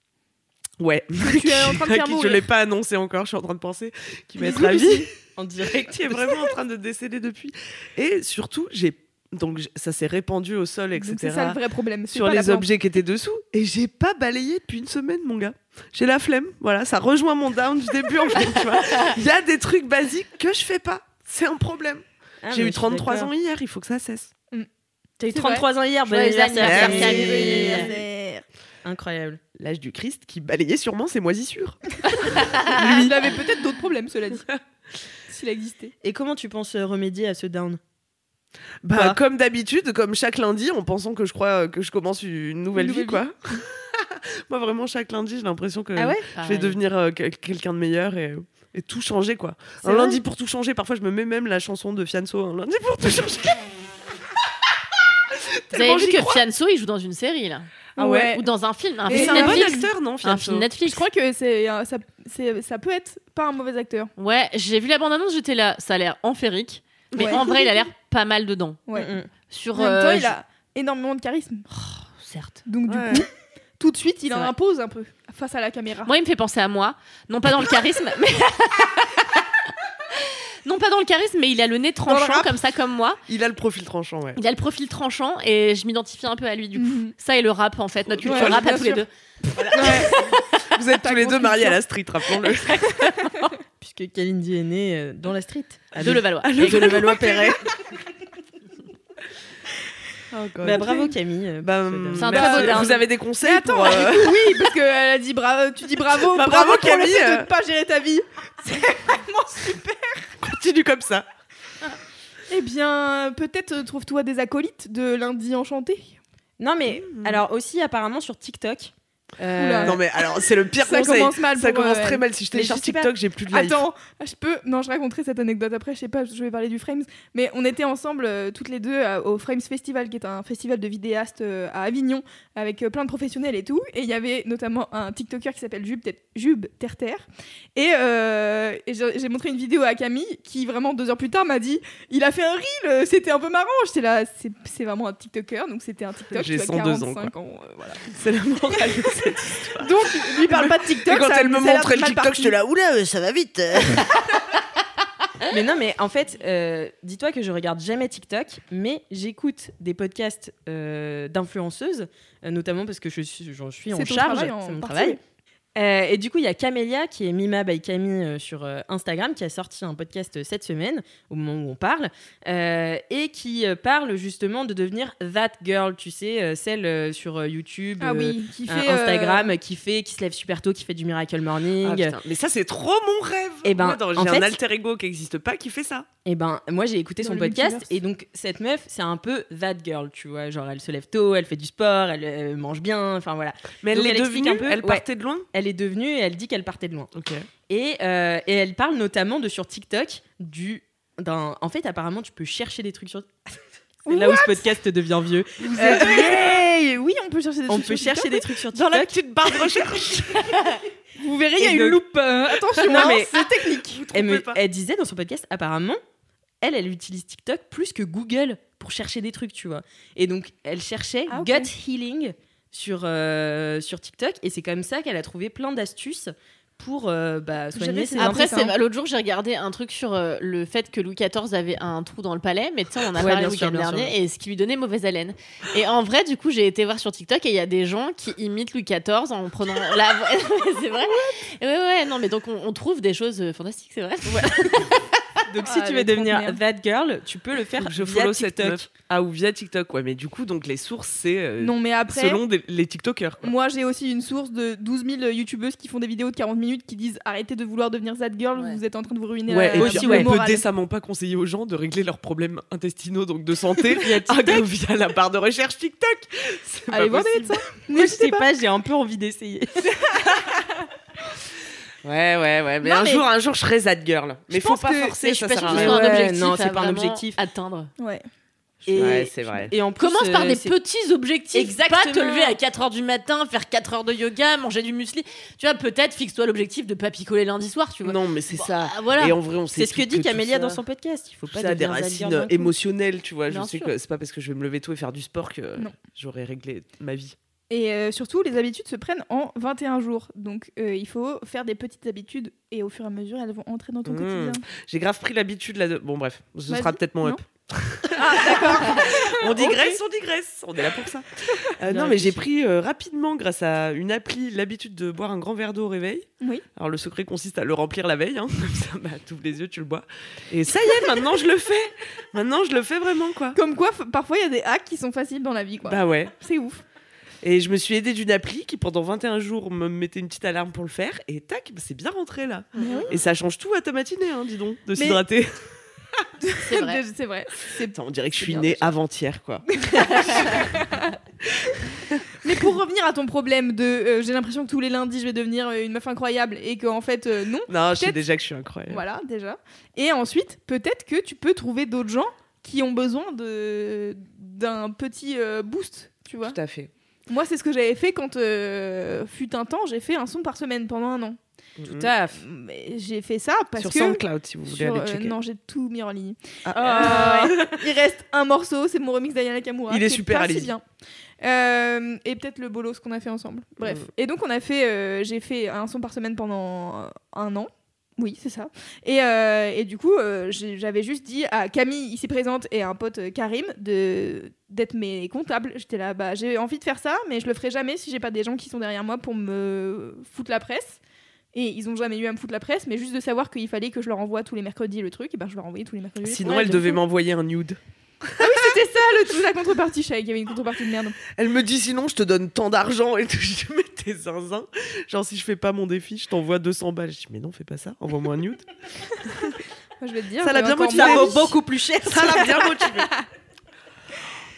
(laughs) Ouais. Tu es en train de À faire qui je l'ai mourir. pas annoncé encore, je suis en train de penser qu'il va être Bisous, ravi. En direct. qui est vraiment en train de décéder depuis. Et surtout, j'ai donc j- ça s'est répandu au sol, etc. Donc, C'est ça le vrai problème. c'est sur pas la les plante. objets qui étaient dessous. Et j'ai pas balayé depuis une semaine, mon gars. J'ai la flemme. Voilà, ça rejoint mon down du début. En fait, tu vois. Il y a des trucs basiques que je fais pas. C'est un problème. Ah, Ah, j'ai eu 33 ans hier, il faut que ça cesse. T'as eu C'est 33 ans Ah, hier, bon Joyeux anniversaire, anniversaire, Camille. Camille. Incroyable. L'âge du Christ qui balayait sûrement ses moisissures. Il avait peut-être d'autres problèmes cela dit. (laughs) S'il existait. Et comment tu penses euh, remédier à ce down Bah, Quoi comme d'habitude, comme chaque lundi, en pensant que je crois euh, que je commence une nouvelle, Une vie, nouvelle quoi. (laughs) Moi, vraiment, chaque lundi, j'ai l'impression Ah que je vais Pareil. devenir euh, quel- quelqu'un de meilleur et, et tout changer, quoi. C'est Un vrai lundi pour tout changer. Parfois, je me mets même la chanson de Fianso. Un lundi pour tout changer. Vous avez Tellement vu j'y que crois. Fianso, il joue dans une série, là. Ah ouais. Ou dans un film. Un Et C'est film un bon Netflix. acteur, non, un Fianso film Je Netflix. crois que c'est un- ça, c'est- ça peut être pas un mauvais acteur. Ouais, j'ai vu la bande-annonce, j'étais là. Ça a l'air enférique. Mais Ouais. en vrai, il a l'air pas mal dedans. Ouais. Mm-mm. Sur, En même euh, temps, il je- a énormément de charisme. Certes. Donc Ouais. du coup, tout de suite, il C'est en vrai. impose un peu face à la caméra. Moi, il me fait penser à moi. Non pas dans le charisme, (laughs) mais. Non pas dans le charisme, mais il a le nez le tranchant rap. comme ça comme moi. Il a le profil tranchant, (laughs) ouais. Il a le profil tranchant et je m'identifie un peu à lui du coup. Mhm. Ça et le rap en fait, notre culture Ouais, rap à bien tous les sûr. deux. Vous êtes tous les grosse deux mariés à culture. la street, rappelons-le. Puisque Kalindi est née euh, dans la street. À De Levallois. Levallois. Et de Levallois-Perret. Bah, Bah, bravo Camille. euh, bah, pour ce down. C'est un merci. très beau down. Vous avez des conseils Mais attends, pour, euh, (laughs) (laughs) oui, parce qu'elle a dit bravo, tu dis bravo, Bah, bravo, bravo, pour le Camille, fait de euh. ne pas gérer ta vie. Continue comme ça. Eh bien, peut-être euh, trouve-toi des acolytes de lundi enchanté. Non mais alors aussi apparemment sur (laughs) TikTok. euh, Oula. Non mais alors c'est le pire Ça conseil. commence mal Ça pour, commence euh, très mal. Si je Mais télécharge je sais pas. TikTok, j'ai plus de live. Attends, je peux. Non, je raconterai cette anecdote après, je sais pas, je vais parler du Frames. Mais on était ensemble, euh, toutes les deux, euh, au Frames Festival, qui est un festival de vidéastes euh, à Avignon, avec euh, plein de professionnels et tout. Et il y avait notamment un TikToker qui s'appelle Jube, Ter- Jube Terter. Et, euh, et j'ai j'ai montré une vidéo à Camille, qui vraiment deux heures plus tard m'a dit Il a fait un reel, euh, c'était un peu marrant. J'étais là, c'est c'est vraiment un TikToker, donc c'était un TikTok. J'ai tu as 102 ans, 45 ans, euh, voilà. C'est la morale. Donc, lui parle pas de TikTok. Et quand ça- elle me ça a l'air montrait le mal TikTok, parti. j'étais là, oula, euh, ça va vite. (laughs) Mais non mais en fait, euh, dis-toi que je regarde jamais TikTok, mais j'écoute des podcasts euh, d'influenceuses, euh, notamment parce que je suis, j'en suis en C'est ton charge, travail en c'est mon partie. travail. Euh, et du coup, il y a Camélia qui est Mima by Camille euh, sur euh, Instagram qui a sorti un podcast euh, cette semaine au moment où on parle euh, et qui euh, parle justement de devenir that girl, tu sais, euh, celle euh, sur euh, YouTube, Ah euh, oui, qui euh, fait. euh, Instagram qui fait qui se lève super tôt, qui fait du miracle Ah, morning. Ah, mais ça c'est trop mon rêve. Eh ben, Moi, dans- en j'ai un fait- alter ego qui n'existe pas qui fait ça. Et ben, moi j'ai écouté Dans son le podcast multiverse. et donc cette meuf, c'est un peu that girl, tu vois, genre elle se lève tôt, elle fait du sport, elle euh, mange bien, enfin voilà. Mais elle Donc, l'est elle explique devenue. un peu, elle ouais. partait de loin. Elle est devenue et elle dit qu'elle partait de loin. Ok. Et, euh, et elle parle notamment de sur TikTok du d'un en fait apparemment tu peux chercher des trucs sur (laughs) C'est là où ce podcast devient vieux. Euh, Vous êtes vieille Oui, on peut chercher des On trucs peut sur chercher des trucs sur Dans TikTok. la petite barre de recherche. TikTok. Vous verrez, il y a Et une donc- loupe. euh, Attention, Non, hein, mais- c'est technique. elle, me- trompez pas. elle disait dans son podcast, apparemment, elle, elle utilise TikTok plus que Google pour chercher des trucs, tu vois. Et donc, elle cherchait Ah, ok. gut healing sur, euh, sur TikTok, et c'est comme ça qu'elle a trouvé plein d'astuces pour euh, bah, soigner Gérer ses ses implants. Après, impressions. c'est- l'autre jour, j'ai regardé un truc sur euh, le fait que Louis XIV avait un trou dans le palais, mais tu sais, on en a Ouais, parlé bien le sûr, week-end bien sûr. dernier, et ce qui lui donnait mauvaise haleine. Et en vrai, du coup, j'ai été voir sur TikTok, et il y a des gens qui imitent Louis XIV en prenant la voix. (laughs) c'est vrai Ouais, ouais, non, mais donc on, on trouve des choses euh, fantastiques, c'est vrai. Donc, Ah, si tu elle veux est trop devenir merde. that girl, tu peux le faire Faut que je via follow cette TikTok. meuf. Ah ou via TikTok. Ouais, mais du coup donc les sources c'est euh, Non, mais après, selon des- les TikTokers. quoi. moi j'ai aussi une source de 12 000 youtubeuses qui font des vidéos de 40 minutes qui disent arrêtez de vouloir devenir that girl, Ouais. vous êtes en train de vous ruiner Ouais, la et la- aussi, puis le ouais. on peut euh, moral. décemment pas conseiller aux gens de régler leurs problèmes intestinaux, donc de santé, (laughs) via, via la barre de recherche TikTok. C'est pas (laughs) Allez voir des possible. médecins. Moi, je N'hésitez sais pas. pas, j'ai un peu envie d'essayer. Ouais, ouais, ouais. Mais Non, un mais- jour, un jour, je serai that girl. Mais faut pense pas que- mais forcer, je suis ça pas sert sûre à que ce Ouais, rien. soit un ouais, objectif non, à c'est pas un vraiment objectif. Atteindre. Ouais. Et- Ouais, c'est vrai. Et en plus, Commence par euh, des c'est- petits objectifs. Exactement. Pas te lever à 4h du matin, faire 4 heures de yoga, manger du muesli. Tu vois, peut-être fixe-toi l'objectif de pas picoler lundi soir, tu vois. Non, mais c'est Bon, ça. ah, voilà. Et en vrai, on sait C'est ce que tous dit tout Camélia ça- dans son podcast. Il faut tout pas ça a des devenir Zadie d'un racines coup. émotionnelles, tu vois. Bien je sais sûr. que c'est pas parce que je vais me lever tôt et faire du sport que Non. j'aurai réglé ma vie. Et euh, surtout, les habitudes se prennent en 21 jours. Donc, euh, il faut faire des petites habitudes et au fur et à mesure, elles vont entrer dans ton Mmh. quotidien. J'ai grave pris l'habitude là de. Bon, bref, ce Vas-y. sera peut-être mon Non. up. (laughs) on digresse, on digresse. On est là pour ça. Euh, non, mais j'ai pris euh, rapidement, grâce à une appli, l'habitude de boire un grand verre d'eau au réveil. Oui. Alors, le secret consiste à le remplir la veille. Hein. (laughs) Comme ça, bah, t'ouvres les yeux, tu le bois. Et ça y est, maintenant, je le fais. Maintenant, je le fais vraiment, quoi. Comme quoi, f- parfois, il y a des hacks qui sont faciles dans la vie. Quoi. Bah ouais. C'est ouf. Et je me suis aidée d'une appli qui, pendant 21 jours, me mettait une petite alarme pour le faire. Et tac, bah, c'est bien rentré là. Mais Ah oui. Et ça change tout à ta matinée, hein, dis donc, de s'hydrater. (laughs) s'hydrater. C'est vrai. (laughs) C'est vrai. Putain, On dirait que je C'est suis bien née déjà. avant-hier, (laughs) quoi. Mais pour revenir à ton problème de euh, j'ai l'impression que tous les lundis, je vais devenir euh, une meuf incroyable et qu'en fait, euh, non. Non, je sais Peut-être- déjà que je suis incroyable. Voilà, déjà. Et ensuite, peut-être que tu peux trouver d'autres gens qui ont besoin de d'un petit euh, boost, tu vois. Tout à fait. Moi, c'est ce que j'avais fait quand euh, fut un temps, j'ai fait un son par semaine pendant un an. Mhm. Tout à fait. Mais j'ai fait ça parce Sur que SoundCloud, si vous voulez sur, aller euh, checker. non, j'ai tout mis en ligne. Ah, Euh, (laughs) il reste un morceau, c'est mon remix d'Ayana Kamura. Il est qui super, pas allez-y. si bien. Euh, et peut-être le bolos qu'on a fait ensemble. Bref. Mm. Et donc on a fait, euh, j'ai fait un son par semaine pendant euh, un an. Oui, c'est ça. Et, euh, et du coup, euh, j'ai- j'avais juste dit à Camille ici présente et à un pote euh, Karim de d'être mes comptables. J'étais là, bah j'ai envie de faire ça, mais je le ferai jamais si j'ai pas des gens qui sont derrière moi pour me foutre la presse. Et ils ont jamais eu à me foutre la presse, mais juste de savoir qu'il fallait que je leur envoie tous les mercredis le truc, et ben je leur envoyais tous les mercredis. le Sinon, truc. elle devait m'envoyer un nude. C'était ça le truc, la contrepartie, je savais qu'il y avait une contrepartie de merde. Elle me dit sinon, je te donne tant d'argent et (laughs) tout. Je dis, mais t'es zinzin. Genre, si je fais pas mon défi, je t'envoie 200 balles. Je dis, mais non, fais pas ça, envoie-moi un nude. Moi, je vais te dire. Ça l'a j'ai bien encore motivé. moins Ça envie. beaucoup plus cher. Ça l'a bien motivé. (laughs)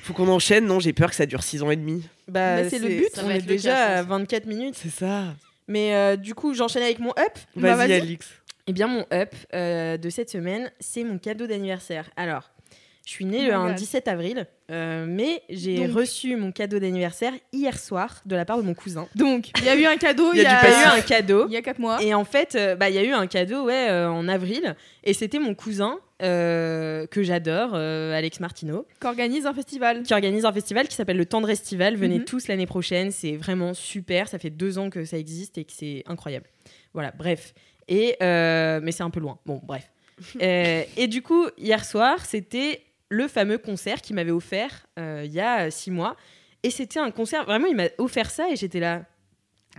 Faut qu'on enchaîne, non, j'ai peur que ça dure 6 ans et demi. Bah, Mais c'est le c'est- but. Ça On va est être le déjà cas, je à pense. 24 minutes. C'est ça. Mais euh, du coup, j'enchaîne avec mon up. Vas-y, Bah, vas-y. Alix. Eh bien, mon up euh, de cette semaine, c'est mon cadeau d'anniversaire. Alors, je suis née le Oh my un God. 17 avril, euh, mais j'ai Donc. reçu mon cadeau d'anniversaire hier soir de la part de mon cousin. Donc, il y a eu un cadeau il y Il y a, a eu un cadeau. il y a 4 mois. Et en fait, euh, bah, il y a eu un cadeau ouais, euh, en avril, et c'était mon cousin euh, que j'adore, euh, Alex Martineau, Qu'organise un festival. qui organise un festival qui s'appelle le Tendre Estival. Venez Mhm. tous l'année prochaine, c'est vraiment super. Ça fait deux ans que ça existe et que c'est incroyable. Voilà, bref. Et euh, mais c'est un peu loin. Bon, bref. Euh, et du coup, hier soir, c'était le fameux concert qu'il m'avait offert euh, il y a six mois. Et c'était un concert, vraiment, il m'a offert ça et j'étais là.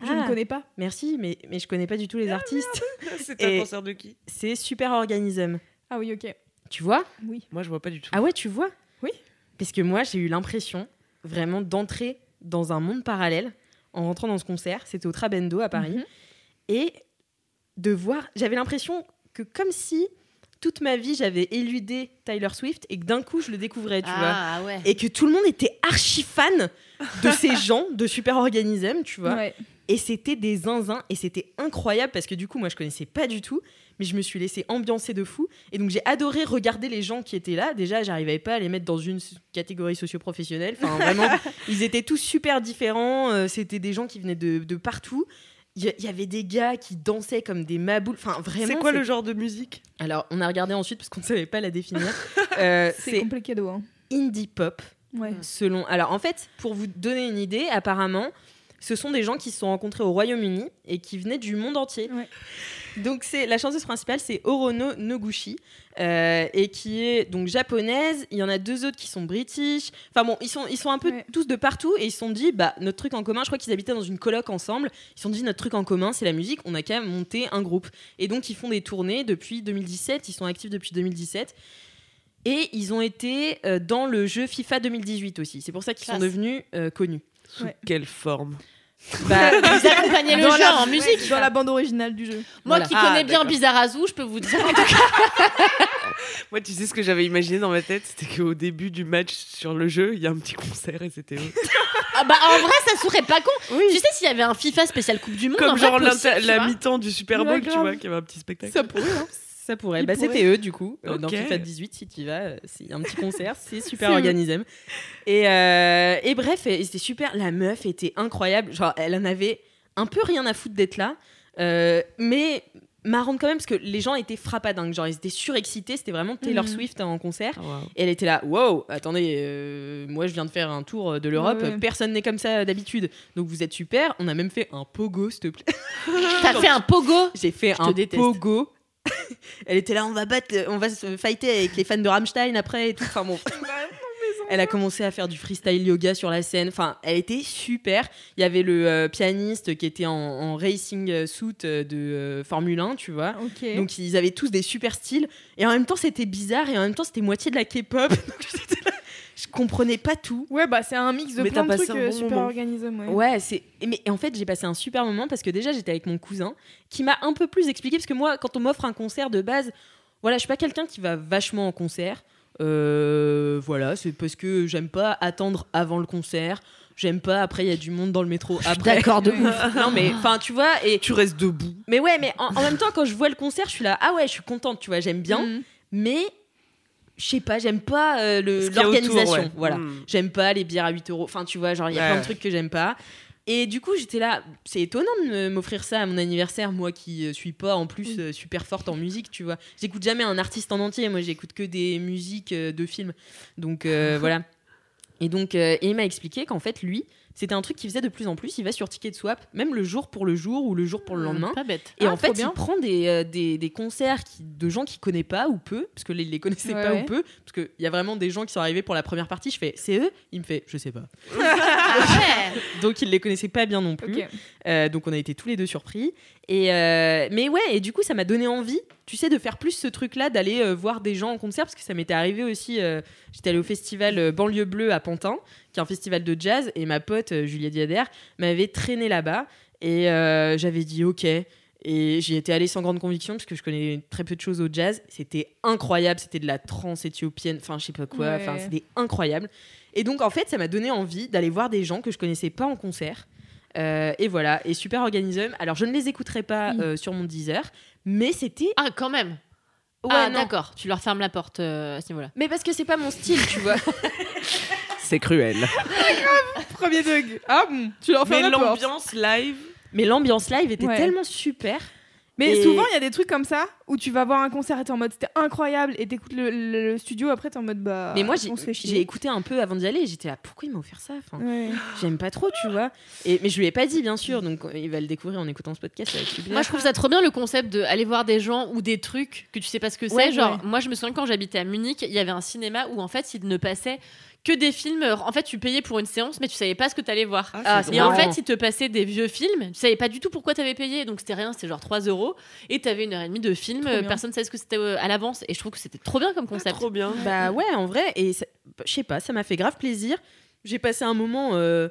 Je Ah, ne connais pas. Merci, mais, mais je connais pas du tout les artistes. (laughs) C'est un Et- concert de qui C'est Super Organism. Ah oui, ok. Tu vois Oui. Moi, je vois pas du tout. Ah ouais, tu vois Oui. Parce que moi, j'ai eu l'impression vraiment d'entrer dans un monde parallèle en rentrant dans ce concert. C'était au Trabendo à Paris. Mhm. Et de voir, j'avais l'impression que comme si toute ma vie, j'avais éludé Tyler Swift et que d'un coup, je le découvrais, tu vois. Ah ouais. Et que tout le monde était archi fan de ces gens, de Super Organism, tu Bah, vois. Ouais. Et c'était des zinzins et c'était incroyable parce que du coup, moi, je connaissais pas du tout, mais je me suis laissée ambiancer de fou. Et donc, j'ai adoré regarder les gens qui étaient là. Déjà, j'arrivais pas à les mettre dans une s- catégorie socio-professionnelle. Enfin, (laughs) vraiment, ils étaient tous super différents. Euh, c'était des gens qui venaient de, de partout. Il y, a- il y avait des gars qui dansaient comme des maboules. Enfin, vraiment. C'est quoi le c'est- genre de musique Alors, on a regardé ensuite parce qu'on ne savait pas (laughs) la définir. Euh, C'est c'est compliqué cadeau. Hein. indie pop Ouais. selon. Alors en fait, pour vous donner une idée, apparemment, ce sont des gens qui se sont rencontrés au Royaume-Uni et qui venaient du monde entier. Ouais. Donc c'est la chanteuse principale, c'est Orono Noguchi euh, et qui est donc japonaise. Il y en a deux autres qui sont british. Enfin bon, ils sont ils sont un peu Ouais. tous de partout et ils se sont dit bah notre truc en commun. Je crois qu'ils habitaient dans une coloc ensemble. Ils se sont dit notre truc en commun, c'est la musique. On a qu'à monter un groupe. Et donc ils font des tournées depuis 2017. Ils sont actifs depuis 2017. Et ils ont été euh, dans le jeu FIFA 2018 aussi. C'est pour ça qu'ils sont Classe. devenus (laughs) euh, connus. Sous Ouais. quelle forme Bah, Vous accompagnez le Dans la- genre en musique. Dans la bande originale du (laughs) jeu. Moi Voilà. qui Ah, connais bien d'accord. Bizarrazou, je peux vous dire. Moi, tu sais ce que j'avais imaginé dans ma tête C'était qu'au début du match sur le jeu, il y a un petit concert et c'était eux. Ah bah en vrai, ça serait pas con. Oui. Tu sais, s'il y avait un FIFA spécial Coupe du Monde, en Comme vrai, genre possible, l'inter- tu la vois. mi-temps du Super Ouais, Bowl, tu grave. vois, qu'il y avait un petit spectacle. Ça pourrait, hein. Ça pourrait. Il Bah, pourrait. c'était eux, du coup. euh, Dans Ok. FIFA 18, si tu vas, euh, c'est un petit concert, (laughs) c'est C'est super vrai. organisé. Et, euh, et bref, et- et c'était super. La meuf était incroyable. Genre, elle en avait un peu rien à foutre d'être là. Euh, mais marrante quand même, parce que les gens étaient frappadingues. Genre, ils étaient surexcités. C'était vraiment Taylor Mhm. Swift hein, en concert. Ah, waouh. Et elle était là, wow, attendez, euh, moi je viens de faire un tour euh, de l'Europe, Ouais, ouais. personne n'est comme ça euh, d'habitude, donc vous êtes super, on a même fait un pogo, s'il te plaît. T'as fait un pogo. J'ai fait te un déteste. pogo. (laughs) Elle était là, on va battre, on va se fighter avec les fans de Rammstein après et tout. Enfin bon. (laughs) Elle a commencé à faire du freestyle yoga sur la scène. Enfin, elle était super. Il y avait le euh, pianiste qui était en, en racing euh, suit euh, de euh, Formule 1, tu vois. Ok. Donc ils avaient tous des super styles et en même temps c'était bizarre et en même temps c'était moitié de la K-pop. (laughs) Donc, j'étais là, je comprenais pas tout. ouais, bah c'est un mix de Mais plein t'as de passé trucs un euh, bon super moment. organisés. Ouais. Ouais, c'est mais en fait, j'ai passé un super moment parce que déjà j'étais avec mon cousin qui m'a un peu plus expliqué parce que moi quand on m'offre un concert de base, voilà, je suis pas quelqu'un qui va vachement en concert. Euh, voilà, c'est parce que j'aime pas attendre avant le concert. J'aime pas après il y a du monde dans le métro après. D'accord, (laughs) de ouf. non mais enfin tu vois et Tu restes debout. mais ouais mais en, en même temps quand je vois le concert je suis là ah ouais je suis contente tu vois j'aime bien Mm. mais je sais pas, j'aime pas euh, le- Ce qu'il y a autour, l'organisation. ouais. Voilà, Mm. j'aime pas les bières à 8 euros. Enfin, tu vois, genre il y a Ouais, plein ouais. de trucs que j'aime pas. Et du coup, j'étais là, c'est étonnant de me- m'offrir ça à mon anniversaire, moi qui euh, suis pas en plus euh, super forte en musique, tu vois. J'écoute jamais un artiste en entier, moi j'écoute que des musiques euh, de films. Donc euh, voilà. Et donc, euh, et il m'a expliqué qu'en fait, lui, c'était un truc qu'il faisait de plus en plus. Il va sur Ticket Swap, même le jour pour le jour ou le jour pour le lendemain. Pas bête. Et Ah, en fait, trop bien. il prend des, euh, des, des concerts qui- de gens qu'il connaît pas ou peu, parce que les, les connaissait Ouais, pas ouais. ou peu, parce qu'il y a vraiment des gens qui sont arrivés pour la première partie. Je fais, c'est eux Il me fait, je sais pas. Ah ouais. Donc il les connaissait pas bien non plus. Ok. Euh, donc on a été tous les deux surpris. Et euh, mais ouais, et du coup ça m'a donné envie, tu sais, de faire plus ce truc-là, d'aller euh, voir des gens en concert, parce que ça m'était arrivé aussi. euh, J'étais allée au festival euh, Banlieue Bleue à Pantin, qui est un festival de jazz, et ma pote euh, Juliette Diader m'avait traîné là-bas, et euh, j'avais dit ok. Et j'y étais allée sans grande conviction parce que je connais très peu de choses au jazz. C'était incroyable, c'était de la trance éthiopienne, enfin je sais pas quoi, Ouais. enfin c'était incroyable. Et donc en fait, ça m'a donné envie d'aller voir des gens que je connaissais pas en concert. Euh, et voilà, et super organisme. Alors je ne les écouterai Mm. pas euh, sur mon Deezer, mais c'était Ah, quand même. ouais ah, non. d'accord. Tu leur fermes la porte euh, à ce niveau-là. Mais parce que c'est pas mon style, tu vois. C'est cruel. (laughs) Premier dog. Ah bon, tu leur fais Mais un rapport. l'ambiance live. mais l'ambiance live était Ouais. tellement super. Mais Et- souvent, il y a des trucs comme ça où tu vas voir un concert et t'es en mode c'était incroyable et t'écoutes le, le- le studio après t'es en mode bah. Mais moi j'ai on se fait chier. Ah. j'ai écouté un peu avant d'y aller, et j'étais là pourquoi il m'a offert ça Enfin, Ouais. J'aime pas trop, tu vois. Et, mais je lui ai pas dit, bien sûr. Donc, euh, il va le découvrir en écoutant ce podcast. ça va être super. Moi, je trouve ça trop bien le concept d'aller voir des gens ou des trucs que tu sais pas ce que c'est. Ouais, Genre, ouais. moi, je me souviens que quand j'habitais à Munich, il y avait un cinéma où en fait, il ne passait que des films. En fait, tu payais pour une séance, mais tu savais pas ce que t'allais voir. Ah, c'est Et en drôle. fait, ils te passaient des vieux films. Tu savais pas du tout pourquoi t'avais payé. Donc, c'était rien, c'était genre 3 euros. Et t'avais une heure et demie de films. Trop bien. Personne savait ce que c'était euh, à l'avance. Et je trouve que c'était trop bien comme concept. Ah, Trop bien. Bah ouais, en vrai. Et ça- bah, je sais pas, ça m'a fait grave plaisir. J'ai passé un moment euh,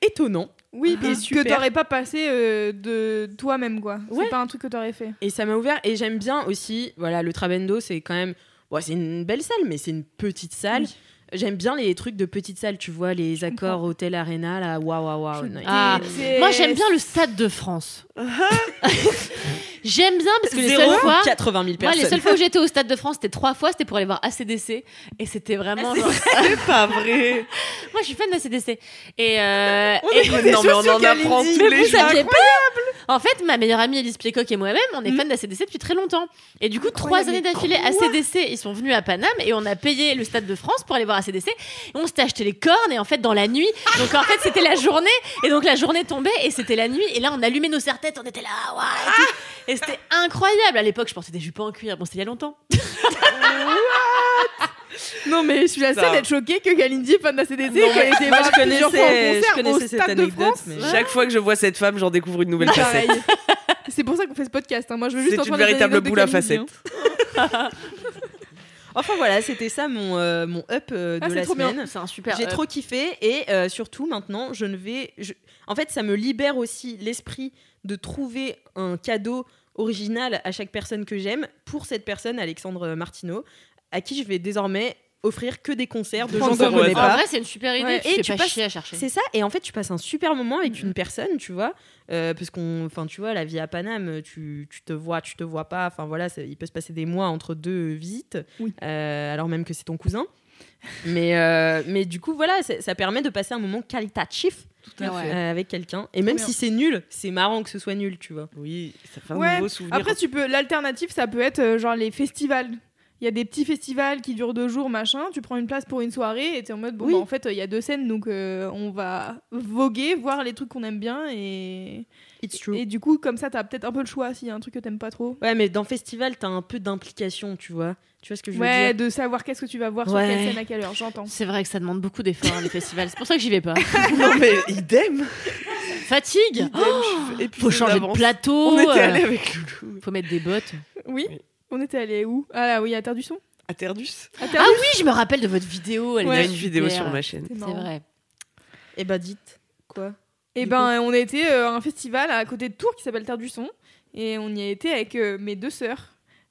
étonnant. Oui, Et parce que Ah, super. t'aurais pas passé euh, de toi-même quoi. Ouais. C'est pas un truc que t'aurais fait. Et ça m'a ouvert. Et j'aime bien aussi. Voilà, le Trabendo, c'est quand même. bon, c'est une belle salle, mais c'est une petite salle. Oui. J'aime bien les trucs de petites salles, tu vois, les accords Hôtel Arena, là, waouh, waouh, waouh. nice. Ah, déteste. Moi, j'aime bien le Stade (laughs) de France. (laughs) j'aime bien parce que les seules fois. 80 Ah, 000 Moi, personnes. les seules fois où j'étais au Stade de France, c'était trois fois, c'était pour aller voir ACDC. Et c'était vraiment. genre- Ah, C'est pas (laughs) vrai. (laughs) Moi, je suis fan d'ACDC. Et. euh, On et- écoute des (laughs) Non, choses mais sur Kalindi. tous Mais les vous jours. saviez En fait, ma meilleure amie Elise Piecock et moi-même, on est Mm. fan d'ACDC depuis très longtemps. Et du coup, Incroyable, trois années mais d'affilée, ACDC, ils sont venus à Paname et on a payé le Stade de France pour aller voir ACDC. Et on s'était acheté les cornes et en fait, dans la nuit. Donc en fait, c'était la journée. Et donc la journée tombait et c'était la nuit. Et là, on allumait nos serre-têtes, on était là. ouah, et tout. et c'était incroyable. À l'époque, je portais des jupons en cuir. Bon, c'était il y a longtemps. Non mais je suis la Ça. seule à être choquée que Galindi est fan d'ACDC Non, et qu'elle était moi, voir je Eh ben, plusieurs fois en connaissais- je concert connaissais au cette Stade de anecdote, France. mais- Chaque fois que je vois cette femme, j'en découvre une nouvelle facette. Pareil. (laughs) C'est pour ça qu'on fait ce podcast. hein. Moi, je veux juste C'est une entendre les véritable anecdotes de boule à Kalindi, hein. facettes. Enfin voilà, c'était ça mon, euh, mon up euh, Ah, de c'est la trop bien. semaine. C'est un super. J'ai trop kiffé et euh, surtout maintenant, je ne vais. je- En fait, ça me libère aussi l'esprit de trouver un cadeau original à chaque personne que j'aime pour cette personne, Alexandre Martineau, à qui je vais désormais offrir que des concerts de Prends gens ça, qu'on ouais. connaît En pas. En vrai, c'est une super idée. Ouais, tu et fais tu pas passes- chier à chercher. C'est ça. Et en fait, tu passes un super moment avec une personne, tu vois, euh, parce qu'on, enfin, tu vois, la vie à Paname, tu, tu te vois, tu te vois pas. Enfin voilà, c'est- il peut se passer des mois entre deux visites, Oui. euh, alors même que c'est ton cousin. Mais euh, mais du coup voilà, c'est- ça permet de passer un moment qualitatif à fait. euh, avec quelqu'un. Et même bien. si c'est nul, c'est marrant que ce soit nul, tu vois. Oui, ça fait un Ouais. nouveau souvenir. (laughs) Après, tu peux. L'alternative, ça peut être euh, genre les festivals. Il y a des petits festivals qui durent deux jours, machin. Tu prends une place pour une soirée et t'es en mode bon, Oui. bah, en fait, euh, il y a deux scènes, donc euh, on va voguer, voir les trucs qu'on aime bien et It's et du coup, comme ça, t'as peut-être un peu le choix s'il y a un truc que t'aimes pas trop. Ouais, mais dans festival, t'as un peu d'implication, tu vois. Tu vois ce que je veux Ouais, dire de savoir qu'est-ce que tu vas voir sur Ouais. quelle scène à quelle heure, j'entends. C'est vrai que ça demande beaucoup d'efforts, hein, les festivals. C'est pour ça que j'y vais pas. non, mais idem. Fatigue idem je suis épuisée Faut changer de d'avance. plateau. On était euh, allé avec Loulou. Faut mettre des bottes. Oui. Oui. On était allé où Ah là, oui, à Terre du Son. À Terdus. À Terre Ah oui, je me rappelle de votre vidéo. Elle Il y a était une vidéo super. sur ma chaîne. du Son. C'est vrai. Eh bah, dites. Quoi Et Du ben, on a été euh, à un festival à côté de Tours qui s'appelle Terre du Son. Et on y a été avec euh, mes deux sœurs.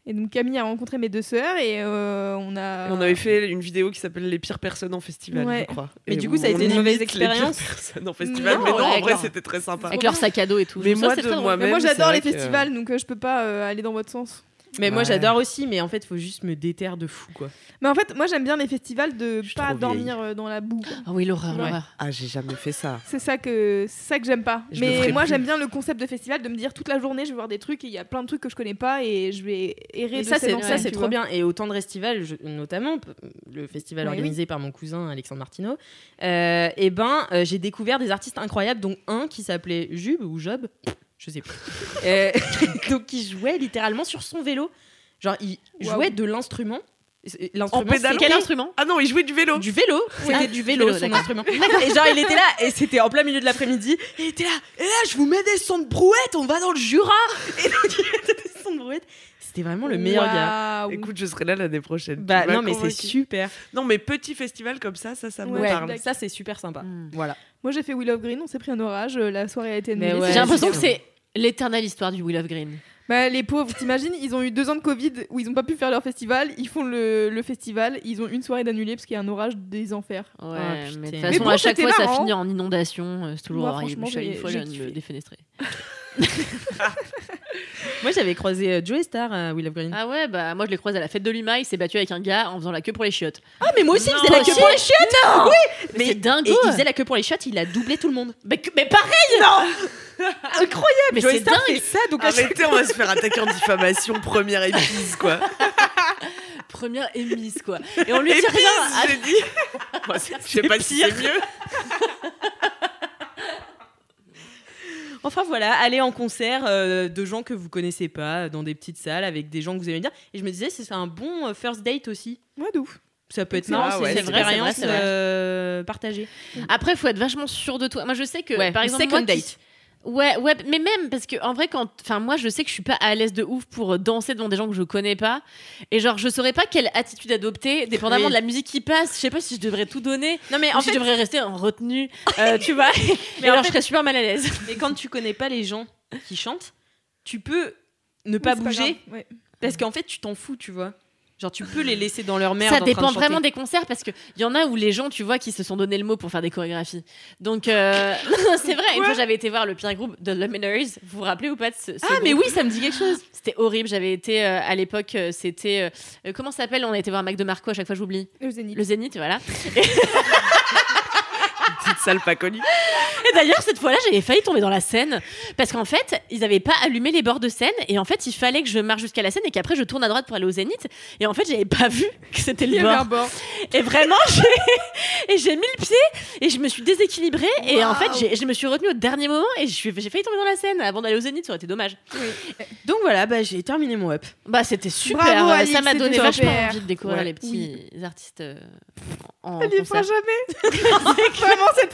Et donc Camille a rencontré mes deux sœurs et euh, on a. Et on avait fait une vidéo qui s'appelle Les pires personnes en festival, Ouais. je crois. Mais Et du coup, ça a on été une imite mauvaise les pires expérience. personnes en festival, Non, mais non, ouais, en vrai, d'accord. c'était très sympa. Avec leur sac à dos et tout. Mais Je trouve moi, ça, c'est de très drôle. moi-même, Mais moi j'adore c'est les vrai que- festivals donc euh, je peux pas euh, aller dans votre sens. Mais moi, Ouais. j'adore aussi, mais en fait, faut juste me déterre de fou, quoi. Mais en fait moi j'aime bien les festivals de Je suis pas trop dormir euh, dans la boue. quoi. Ah oui, l'horreur, Ouais. l'horreur. Ah, j'ai jamais fait ça. C'est ça que c'est ça que j'aime pas. Je le mais ferai moi plus. j'aime bien le concept de festival de me dire toute la journée je vais voir des trucs et il y a plein de trucs que je connais pas et je vais errer Et de ça, scène c'est en ça, scène, c'est tu trop vois. bien. Et autant de festivals, je- notamment p- le festival Oui, organisé par mon cousin Alexandre Martineau, euh, et ben, euh, j'ai découvert des artistes incroyables, dont un qui s'appelait Jube ou Job, je sais plus. Euh, (laughs) donc, qui jouait littéralement sur son vélo. Genre, il Waouh. jouait de l'instrument. C'est- euh, L'instrument, pédalant c'était- Quel instrument Ah non, il jouait du vélo. Du vélo, c'était Ah, du vélo, vélo, son d'accord. instrument. Et genre il était là et c'était en plein milieu de l'après-midi. Il était là et là je vous mets des sons de brouette, on va dans le Jura. Et donc il mettait des sons de brouette. C'était vraiment le meilleur gars. Waouh. Écoute, je serai là l'année prochaine. Bah Tu m'as non mais c'est convaincue. super. Non, mais petit festival comme ça, ça, ça me Ouais. parle. ça c'est super sympa. Hmm. Voilà. Moi j'ai fait Will of Green, on s'est pris un orage, euh, la soirée a été Mais annulée. ouais. J'ai l'impression c'est que c'est l'éternelle histoire du Will of Green. Bah, les pauvres, t'imagines, ils ont eu deux ans de Covid où ils n'ont pas pu faire leur festival, ils font le, le festival, ils ont une soirée d'annulée parce qu'il y a un orage des enfers. Ouais, putain. mais de Mais toute façon, bon, à chaque c'était fois, ça marrant. finit en inondation. euh, C'est toujours Moi, horrible. franchement, Je suis allée j'ai- une fois, j'ai j'ai kiffé. défenestré. Moi j'avais croisé euh, Joey Star à Will of Green. Ah ouais, bah moi, je l'ai croisé à la fête de Lima. Il s'est battu avec un gars en faisant la queue pour les chiottes. Ah mais moi aussi Non. Oh, il faisait la queue pour les chiottes. Oui. Mais c'est dingo. Et il faisait la queue pour les chiottes, il a doublé tout le monde. Mais, que- mais (laughs) pareil (laughs) Incroyable. Mais Joey c'est Star dingue fait ça donc à chaque- Arrêtez, on va se faire attaquer en diffamation, (laughs) première épice, quoi. Première émise, (laughs) quoi. Et on lui dit Épice, rien. Ah, j'ai dit. Moi, c'est- je sais pas si c'est mieux. (laughs) Enfin voilà, aller en concert euh, de gens que vous connaissez pas, dans des petites salles avec des gens que vous aimez bien. Et je me disais, c'est c'est un bon euh, first date aussi. Moi, de ouf. Ça peut être Ah marrant, ouais, c'est c'est une vrai, c'est vrai, expérience c'est vrai. euh, partagée. Après, faut être vachement sûr de toi. Moi, je sais que, Ouais, par une exemple, second moi qui- date. Ouais, ouais, mais même parce que en vrai, quand, enfin, moi, je sais que je suis pas à l'aise de ouf pour euh, danser devant des gens que je connais pas, et genre, je saurais pas quelle attitude adopter, dépendamment Oui. de la musique qui passe. Je sais pas si je devrais tout donner, Non mais en en si fait, je devrais rester en retenue, euh, tu (laughs) vois. mais et en alors, fait- je serais super mal à l'aise. mais quand tu connais pas les gens qui chantent, tu peux ne pas bouger parce qu'en fait, tu t'en fous, tu vois. Genre tu peux les laisser dans leur merde. Ça en train de dépend chanter. vraiment des concerts parce qu'il y en a où les gens, tu vois, qui se sont donné le mot pour faire des chorégraphies. Donc, euh, (laughs) c'est vrai, une fois j'avais été voir le pire groupe de Luminaries. Vous vous rappelez ou pas de ce, ce Ah mais groupe oui, ça me dit quelque chose. C'était horrible. J'avais été euh, à l'époque, euh, c'était. euh, euh, comment ça s'appelle On a été voir Mac de Marco, à chaque fois j'oublie. Le zénith. Le Zénith, voilà. Petite salle pas connue. Et (laughs) d'ailleurs, cette fois-là, j'avais failli tomber dans la scène. Parce qu'en fait, ils n'avaient pas allumé les bords de scène. Et en fait, il fallait que je marche jusqu'à la scène et qu'après, je tourne à droite pour aller au Zénith. Et en fait, j'avais pas vu que c'était Il y le avait un bord. bord. Et vraiment, (laughs) j'ai- et j'ai mis le pied et je me suis déséquilibrée. Et en fait, j'ai- je me suis retenue au dernier moment et je suis- j'ai failli tomber dans la scène avant d'aller au Zénith. Ça aurait été dommage. Donc voilà, bah, j'ai terminé mon up. Bah, c'était super. Bravo, euh, Alix, ça m'a c'était donné super. vachement envie de découvrir Ouais. les petits artistes euh, en Elle y fera concert. jamais. (laughs) Vraiment, cette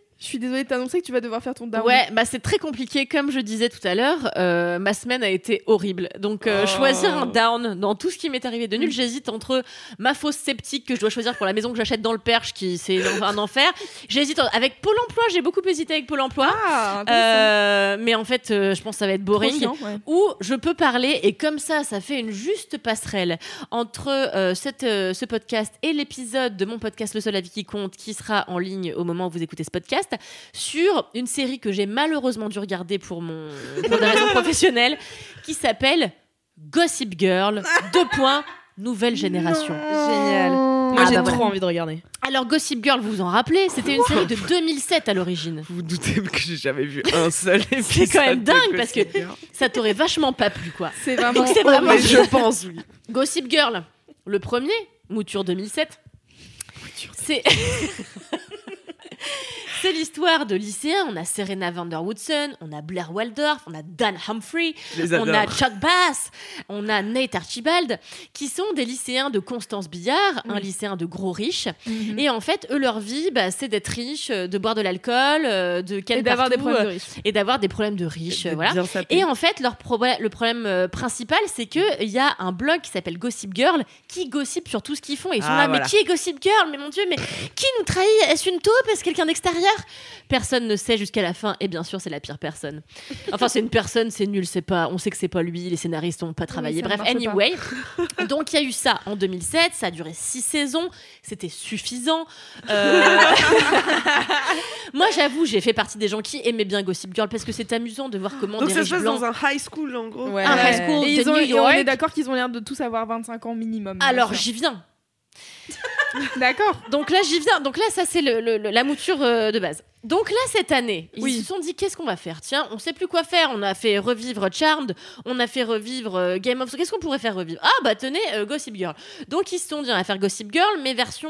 je suis désolée de t'annoncer que tu vas devoir faire ton down. Ouais, bah c'est très compliqué. Comme je disais tout à l'heure, euh, ma semaine a été horrible. Donc euh, Oh. Mm. choisir un down dans tout ce qui m'est arrivé de nul, j'hésite entre ma fausse sceptique que je dois choisir pour la maison que j'achète dans le Perche, qui c'est un enfer. J'hésite en- avec Pôle Emploi. J'ai beaucoup hésité avec Pôle Emploi. Ah, intéressant. Euh, mais en fait, euh, je pense que ça va être Trop boring. chiant, ouais. où je peux parler et comme ça, ça fait une juste passerelle entre euh, cette, euh, ce podcast et l'épisode de mon podcast Le seul avis qui compte qui sera en ligne au moment où vous écoutez ce podcast sur une série que j'ai malheureusement dû regarder pour mon euh, pour des raisons professionnelles qui s'appelle Gossip Girl deux points nouvelle génération. Génial. Moi, Ah, j'ai bah trop voilà. envie de regarder. Alors Gossip Girl, vous vous en rappelez, c'était une série de 2007 à l'origine. Vous vous doutez que j'ai jamais vu un seul épisode. (laughs) C'est quand même de dingue parce que Gossip Girl. ça t'aurait vachement pas plu quoi. C'est vraiment. (laughs) C'est vraiment- Oh, Mais je pense, oui. Gossip Girl, le premier, mouture 2007. C'est (laughs) C'est l'histoire de lycéens. On a Serena Vanderwoodson, on a Blair Waldorf, on a Dan Humphrey, Je les on a adore. Chuck Bass, on a Nate Archibald, qui sont des lycéens de Constance Billard, un lycéen de gros riches. Mhm. Et en fait, eux, leur vie, bah, c'est d'être riches, euh, de boire de l'alcool, euh, de ken Et d'avoir des partout, problèmes de euh, riches. Et d'avoir des problèmes de riches. euh, voilà. Bien sapé. Et en fait, leur proble- le problème euh, principal, c'est que il y a un blog qui s'appelle Gossip Girl qui gossip sur tout ce qu'ils font. Et ils sont Ah, là, voilà. mais qui est Gossip Girl Mais mon Dieu, mais qui nous trahit Est-ce une taupe Est-ce quelqu'un d'extérieur Personne ne sait jusqu'à la fin. Et bien sûr, c'est la pire (laughs) personne. Enfin, c'est une personne, c'est nul, c'est pas. On sait que c'est pas lui. Les scénaristes n'ont pas travaillé. ça Bref, marche pas. anyway. Donc il y a eu ça en 2007. Ça a duré six saisons. C'était suffisant. (laughs) Euh, Moi, j'avoue, j'ai fait partie des gens qui aimaient bien Gossip Girl parce que c'est amusant de voir comment Donc des ça riches se passe blancs dans un high school, en gros. Ah. Ouais. un high school Et de ils ont- New et on York. est d'accord qu'ils ont l'air de tous avoir 25 ans minimum. bien Alors sûr. j'y viens. D'accord. (laughs) Donc là j'y viens. Donc là ça c'est le- le- le- la mouture euh, de base. Donc là cette année, ils Oui. se sont dit qu'est-ce qu'on va faire Tiens, on sait plus quoi faire. On a fait revivre Charmed, on a fait revivre euh, Game of Thrones. Qu'est-ce qu'on pourrait faire revivre Ah bah tenez euh, Gossip Girl. Donc ils se sont dit on va faire Gossip Girl mais version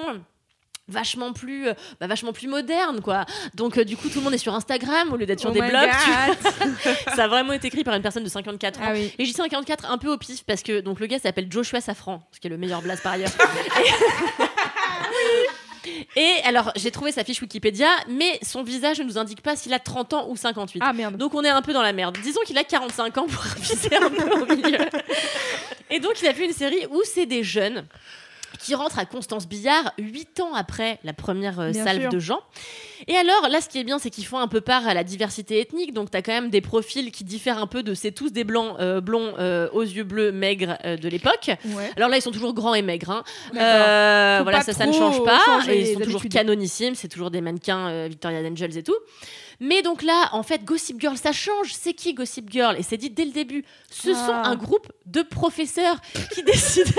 vachement plus euh, bah, vachement plus moderne quoi. Donc euh, du coup tout le monde est sur Instagram au lieu d'être sur Oh des my blogs. tu God. vois. (laughs) ça a vraiment été écrit par une personne de 54 ans. Ah oui. Et j'y 54 un peu au pif parce que donc le gars s'appelle Joshua Safran, ce qui est le meilleur blaze par ailleurs. Et... (laughs) Et alors j'ai trouvé sa fiche Wikipédia, mais son visage ne nous indique pas s'il a 30 ans ou (laughs) 58. Ah merde. Donc on est un peu dans la merde. Disons qu'il a 45 ans pour viser un peu au milieu. Et donc il a fait une série où c'est des jeunes qui rentrent à Constance Billard 8 ans après la première euh, Bien salve sûr. de gens. Et alors là ce qui est bien c'est qu'ils font un peu part à la diversité ethnique. Donc tu as quand même des profils qui diffèrent un peu de c'est tous des blancs euh, blonds euh, aux yeux bleus maigres euh, de l'époque. Ouais. Alors là, ils sont toujours grands et maigres. hein. D'accord. Euh, Faut voilà, pas ça, ça ne trop change pas. changer Et ils sont les toujours habitudes. canonissimes. C'est toujours des mannequins euh, Victoria's Angels et tout. Mais donc là, en fait, Gossip Girl, ça change. C'est qui Gossip Girl Et c'est dit dès le début. Ce Ah. sont un groupe de professeurs qui (laughs) décident.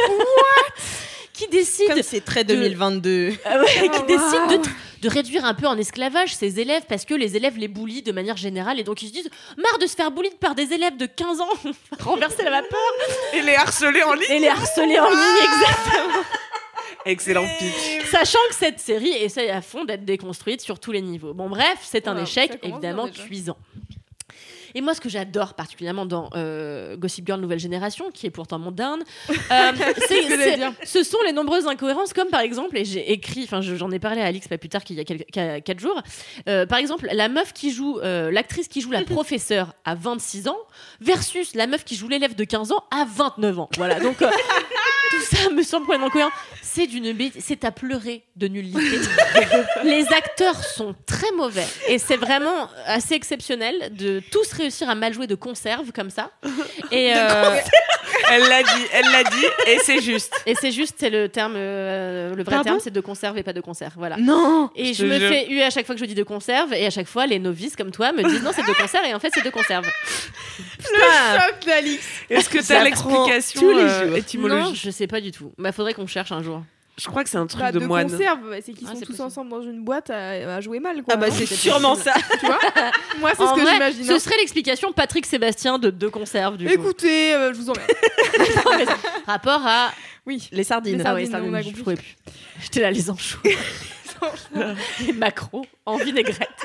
Qui décident Comme c'est très 2022. ah ouais, (laughs) qui wow. décident de, de réduire un peu en esclavage ses élèves parce que les élèves les boulient de manière générale et donc ils se disent marre de se faire bully par des élèves de 15 ans, (laughs) renverser la vapeur Et les harceler en ligne. et les harceler en ligne, exactement. Excellent pitch. Sachant que cette série essaye à fond d'être déconstruite sur tous les niveaux. Bon, bref, c'est un Wow, ça échec commence évidemment bien déjà. cuisant. Et moi, ce que j'adore particulièrement dans euh, Gossip Girl Nouvelle Génération, qui est pourtant mon (laughs) down, euh, c'est- que j'allais c'est- dire. ce sont les nombreuses incohérences, comme par exemple, et j'ai écrit, enfin je- j'en ai parlé à Alix pas plus tard qu'il y a quelques- qu'à- quatre jours, euh, par exemple, la meuf qui joue, euh, l'actrice qui joue (laughs) la professeure à 26 ans, versus la meuf qui joue l'élève de 15 ans à 29 ans. Voilà, donc (laughs) euh, tout ça me semble complètement cohérent. C'est d'une bête, c'est à pleurer de (laughs) nullité. Les acteurs sont très mauvais et c'est vraiment assez exceptionnel de tous réussir à mal jouer de conserve comme ça. Et euh, Elle l'a dit, elle l'a dit, et c'est juste. Et c'est juste, c'est le terme, euh, le vrai Pardon terme, c'est de conserve et pas de conserve. Voilà. Non Et Je je, te me jure. fais huer à chaque fois que je dis de conserve, et à chaque fois, les novices comme toi me disent non, c'est de conserve, et en fait, c'est de conserve. Le choc d'Alix. Est-ce que t'as Ça prend l'explication tous les euh, jours. étymologique Non, je sais pas du tout. Bah, faudrait qu'on cherche un jour. Je crois que c'est un truc Bah, de, de moine. conserve, ouais, c'est qu'ils Ah, sont c'est tous possible. ensemble dans une boîte à, à jouer mal. Quoi, Ah bah non c'est sûrement ça. (laughs) (laughs) tu vois Moi, c'est ce En que vrai, j'imagine. Ce hein. serait l'explication Patrick Sébastien de de conserve du coup. Écoutez, euh, je vous emmerde. (laughs) Rapport à. Oui. Les sardines. Les Ah ouais, ça, sardines, on a je compris. trouvais plus. J'étais là, les (laughs) anchois. les macros en vinaigrette. (laughs)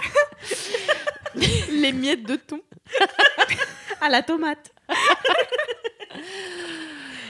Les miettes (laughs) de thon. À la tomate.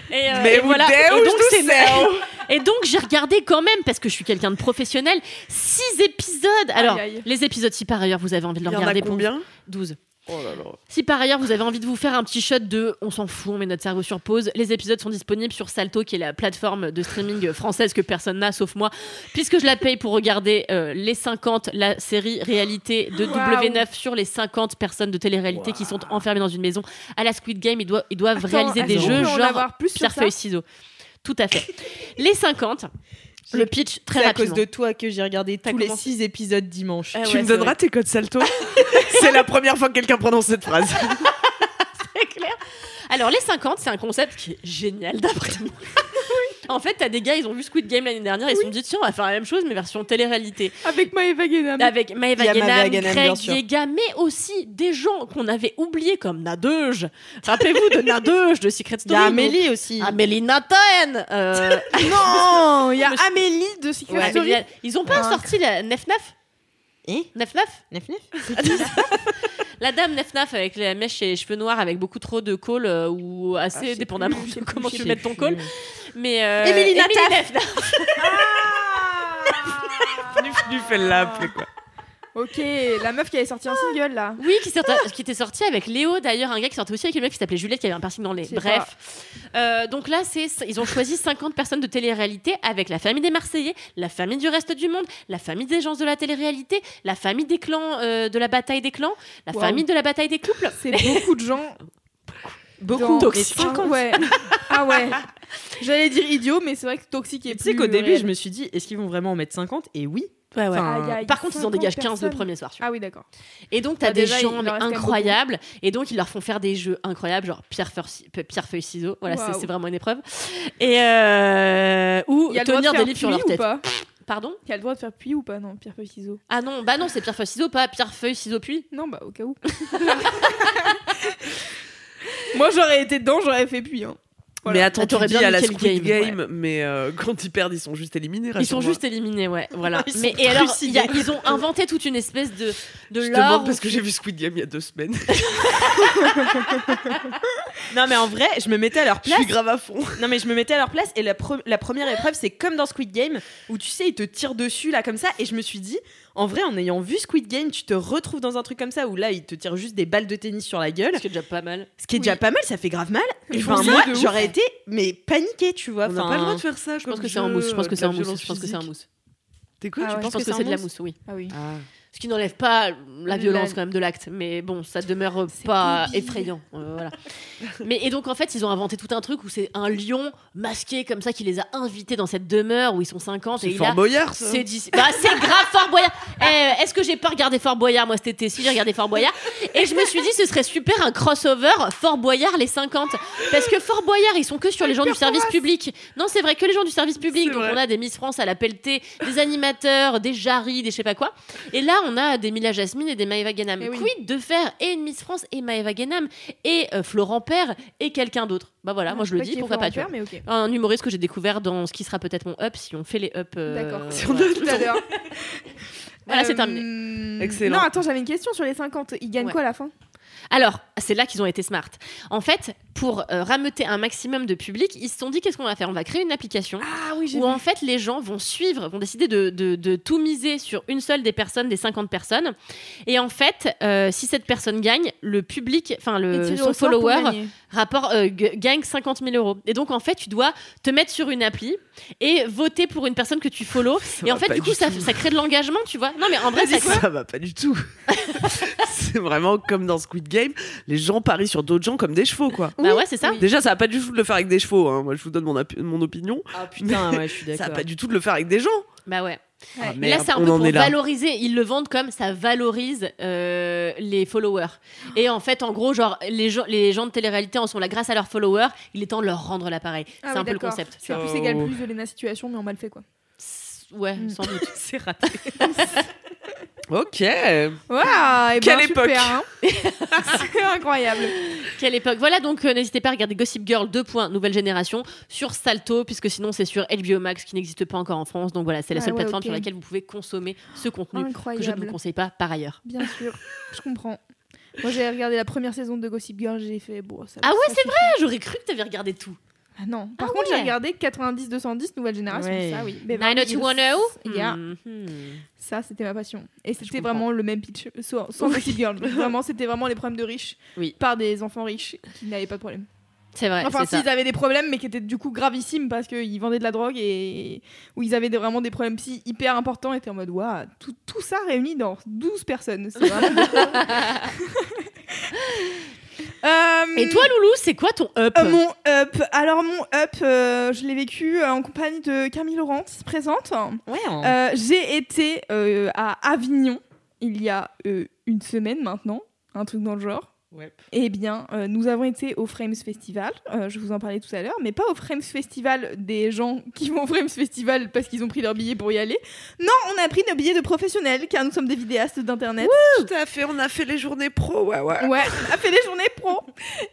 Et, euh, Mais et vous voilà. dare Et donc, nous c'est- serve. Et donc j'ai regardé quand même parce que je suis quelqu'un de professionnel. Six épisodes. Alors aïe. les épisodes si par ailleurs vous avez envie de Il les y en a regarder pour combien 12. Oh là là. Si par ailleurs vous avez envie de vous faire un petit shot de on s'en fout, on met notre cerveau sur pause, les épisodes sont disponibles sur Salto qui est la plateforme de streaming française que personne n'a sauf moi puisque je la paye pour regarder euh, les 50 la série réalité de W9 sur les 50 personnes de télé-réalité qui sont enfermées dans une maison à la Squid Game ils doivent, ils doivent réaliser des Attends, est-ce qu'on jeux peut en genre avoir plus sur pierre ça feuille ciseaux. Tout à fait. les 50 le pitch très C'est à cause rapidement. de toi que j'ai regardé tous les commencé. six épisodes dimanche. Ah tu ouais, me c'est donneras tes codes salto (laughs) C'est la première fois que quelqu'un prononce cette phrase. (laughs) Très clair. Alors, les 50, c'est un concept qui est génial d'après (laughs) moi. En fait, t'as des gars, ils ont vu Squid Game l'année dernière, ils se sont dit, tiens, on va faire la même chose, mais version télé-réalité. Avec Maëva Guénam. Avec Ah, Il y Maëva a Maëva Guénam, Guénam, Craig bien sûr. Yega, mais aussi des gens qu'on avait oubliés comme Nadeuge. Rappelez-vous de Nadeuge, de Secret Il y Story. a donc- Amélie Ah. aussi. Amélie Nathan (laughs) euh, (laughs) Non, il y a Amélie de Secret Ouais. Story. Ils ont pas Ouais. sorti la Nef Naf Eh Nef Naf Neuf, neuf La dame Nef Naf avec les mèches et les cheveux noirs avec beaucoup trop de col euh, ou je assez sais dépendamment de comment Je tu sais mets ton plus. col. Mais euh, Émilie Émilie Nataf. Nataf. (laughs) Nuf nuf, elle l'a appelé quoi. Ok, la meuf qui avait sorti un single là. Oui, qui, sortait- qui était sortie avec Léo d'ailleurs, un gars qui sortait aussi avec une meuf qui s'appelait Juliette qui avait un piercing dans les. Je sais Bref. Euh, donc là, c'est ils ont choisi 50 personnes de télé-réalité avec la famille des Marseillais, la famille du reste du monde, la famille des gens de la télé-réalité, la famille des clans euh, de la bataille des clans, la Wow. famille de la bataille des couples. (laughs) C'est beaucoup de gens. Beaucoup dans- toxiques. Ah ouais. Ah ouais. J'allais dire idiot, mais c'est vrai que toxique est Tu plus. sais qu'au début, réel. je me suis dit, est-ce qu'ils vont vraiment en mettre 50 Et oui. Ouais, ouais. Enfin, Aïe, aïe, Par contre, ils en 50 dégagent 15 le personnes. premier soir. tu vois. Ah oui, d'accord. Et donc, t'as Bah, des déjà, il gens en mais reste quand même incroyables. Et donc, ils leur font faire des jeux incroyables, genre pierre, feur- ci- pe- pierre feuille, ciseaux. Voilà, c'est- Waouh. c'est vraiment une épreuve. Et euh, ou Il y a le droit de tenir des faire livres sur puits leur ou tête. pas Pardon Il y a le droit de faire puits ou pas Non, pierre feuille ciseaux. Ah non, bah non, c'est pierre feuille, ciseaux, pas pierre feuille, ciseaux, puis. Non, bah au cas où. (laughs) Moi, j'aurais été dedans, j'aurais fait puits. Hein. Voilà. Mais attends, Ah, tu t'aurais dis bien à la niqué le Squid game, Game, mais euh, quand ils perdent, ils sont juste éliminés. Ils sont rassure-moi. juste éliminés, (laughs) ouais. Voilà. Ils sont Mais et alors, il y a- trucidés. ils ont inventé toute une espèce de de Je te lore demande où parce que tu- j'ai vu Squid Game il y a deux (laughs) semaines. Non, mais en vrai, je me mettais à leur Je place. suis grave à fond. Non, mais je me mettais à leur place. Et la, pre- la première épreuve, c'est comme dans Squid Game, où tu sais, ils te tirent dessus, là, comme ça. Et je me suis dit, en vrai, en ayant vu Squid Game, tu te retrouves dans un truc comme ça, où là, ils te tirent juste des balles de tennis sur la gueule. ce qui est déjà pas mal. Ce qui est déjà pas mal, ça fait grave mal. Ils Enfin, font ça moi, de ouf. j'aurais été, mais paniquée, tu vois. On n'a Enfin, pas le droit (laughs) de faire ça. euh, Je Je pense que c'est en mousse. Je pense que c'est en mousse. Je pense que c'est en mousse. T'es quoi Ah tu ouais. Je penses pense que c'est en c'est de la mousse, mousse oui. Ah oui. Ce qui n'enlève pas la La- violence quand même de l'acte, mais bon, ça demeure C'est pas débile. effrayant. euh, voilà. mais et donc en fait, ils ont inventé tout un truc où c'est un lion masqué comme ça qui les a invités dans cette demeure où ils sont 50 et C'est il a Fort Boyard. ça. (laughs) c'est dix- Bah, c'est grave Fort Boyard. Eh, Est-ce que j'ai pas regardé Fort Boyard moi cet été Si j'ai regardé Fort Boyard et je me suis dit ce serait super un crossover Fort Boyard les 50 parce que Fort Boyard ils sont que sur les gens du service public. Non c'est vrai que les gens du service public. C'est Donc vrai. on a des Miss France à la pelletée, des animateurs, des Jarry, des je sais pas quoi. Et là on a des Mila Jasmine et des Maëva Guénam. Eh oui. Quid de faire et une Miss France et Maëva Guénam et euh, Florent Père et quelqu'un d'autre. Bah Ah, voilà moi je le dis pourquoi pas tu vois mais ok. un humoriste que j'ai découvert dans ce qui sera peut-être mon up si on fait les up. euh, (laughs) D'accord. voilà. Si on a tout à l'heure. Voilà, Euh, c'est terminé. Excellent. Non, attends, j'avais une question sur les 50. Ils gagnent Ouais. quoi à la fin Alors, c'est là qu'ils ont été smart. En fait, pour euh, rameuter un maximum de public, ils se sont dit qu'est-ce qu'on va faire On va créer une application Ah oui, où en fait les gens vont suivre, vont décider de, de- de tout miser sur une seule des personnes, des 50 personnes. Et en fait, euh, si cette personne gagne, le public, enfin le, euh, son follower, rapport euh, g- gagne 50 000 euros. Et donc en fait, tu dois te mettre sur une appli et voter pour une personne que tu (laughs) follows. et en va fait, pas du coup, du ça, tout. ça crée de l'engagement, tu vois. Non, mais en vrai, ça crée- Ça va pas du (laughs) tout. c'est vraiment comme dans Squid Game, les gens parient sur d'autres gens comme des chevaux, quoi. Bah, Bah ouais, c'est ça. Déjà, ça va pas du tout de le faire avec des chevaux. hein. Moi, je vous donne mon, opi- mon opinion. Ah putain, ouais, je suis Ça va d'accord. pas du tout de le faire avec des gens. Bah ouais. Ah, Mais là, merde, c'est un on peu en pour est là. valoriser. Ils le vendent comme ça valorise euh, les followers. Et en fait, en gros, genre, les, gens- les gens de télé-réalité en sont là grâce à leurs followers. Il est temps de leur rendre l'appareil. Ah c'est oui, un peu le d'accord. concept. Oh. tu C'est vois. plus égal plus de Lena Situation, mais en mal fait quoi. Ouais, Mm. sans doute. C'est raté. Ok. Ouais, et Quelle ben, époque. super, (laughs) hein. (laughs) C'est incroyable. Quelle époque. Voilà, donc euh, n'hésitez pas à regarder Gossip Girl 2. Nouvelle génération sur Salto, puisque sinon c'est sur HBO Max qui n'existe pas encore en France. Donc voilà, c'est la Ah seule ouais, plateforme ok. sur laquelle vous pouvez consommer ce contenu que je ne vous Incroyable. conseille pas par ailleurs. Bien sûr, je comprends. Moi, j'ai regardé la première saison de Gossip Girl, j'ai fait bon. Ça, Ah ouais, ça c'est suffit. Ah, j'aurais cru que t'avais regardé tout. Ah non. Par Ah contre, ouais. j'ai regardé 90 210 nouvelle génération, Ouais. ça oui. Beverly Hills, 90210 Eh ben, yeah. Mhm. Ça, c'était ma passion. Et c'était comprends. vraiment le même pitch euh, sans, (laughs) sans Gossip Girl. Donc, vraiment, c'était vraiment les problèmes de riches Oui. par des enfants riches qui n'avaient pas de problème. C'est vrai. enfin, c'est ça. s'ils avaient des problèmes, mais qui étaient du coup gravissimes parce qu'ils vendaient de la drogue et où ils avaient des- vraiment des problèmes psy hyper importants. Et t'es en mode, waouh, tout, tout ça réuni dans 12 (laughs) personnes. C'est vraiment. Euh, Et toi, Loulou, c'est quoi ton up euh, mon up. Alors mon up, euh, je l'ai vécu euh, en compagnie de Camille Laurent, qui se présente. Ouais, hein. en- Euh, J'ai été euh, à Avignon il y a euh, une semaine maintenant, un truc dans le genre. Ouais. Eh bien, euh, nous avons été au Frames Festival, euh, je vous en parlais tout à l'heure, mais pas au Frames Festival des gens qui vont au Frames Festival parce qu'ils ont pris leur billet pour y aller. Non, on a pris nos billets de professionnels car nous sommes des vidéastes d'internet. Tout à fait. On a fait les journées pro. Ouais, ouais. Ouais, on a fait les journées pro.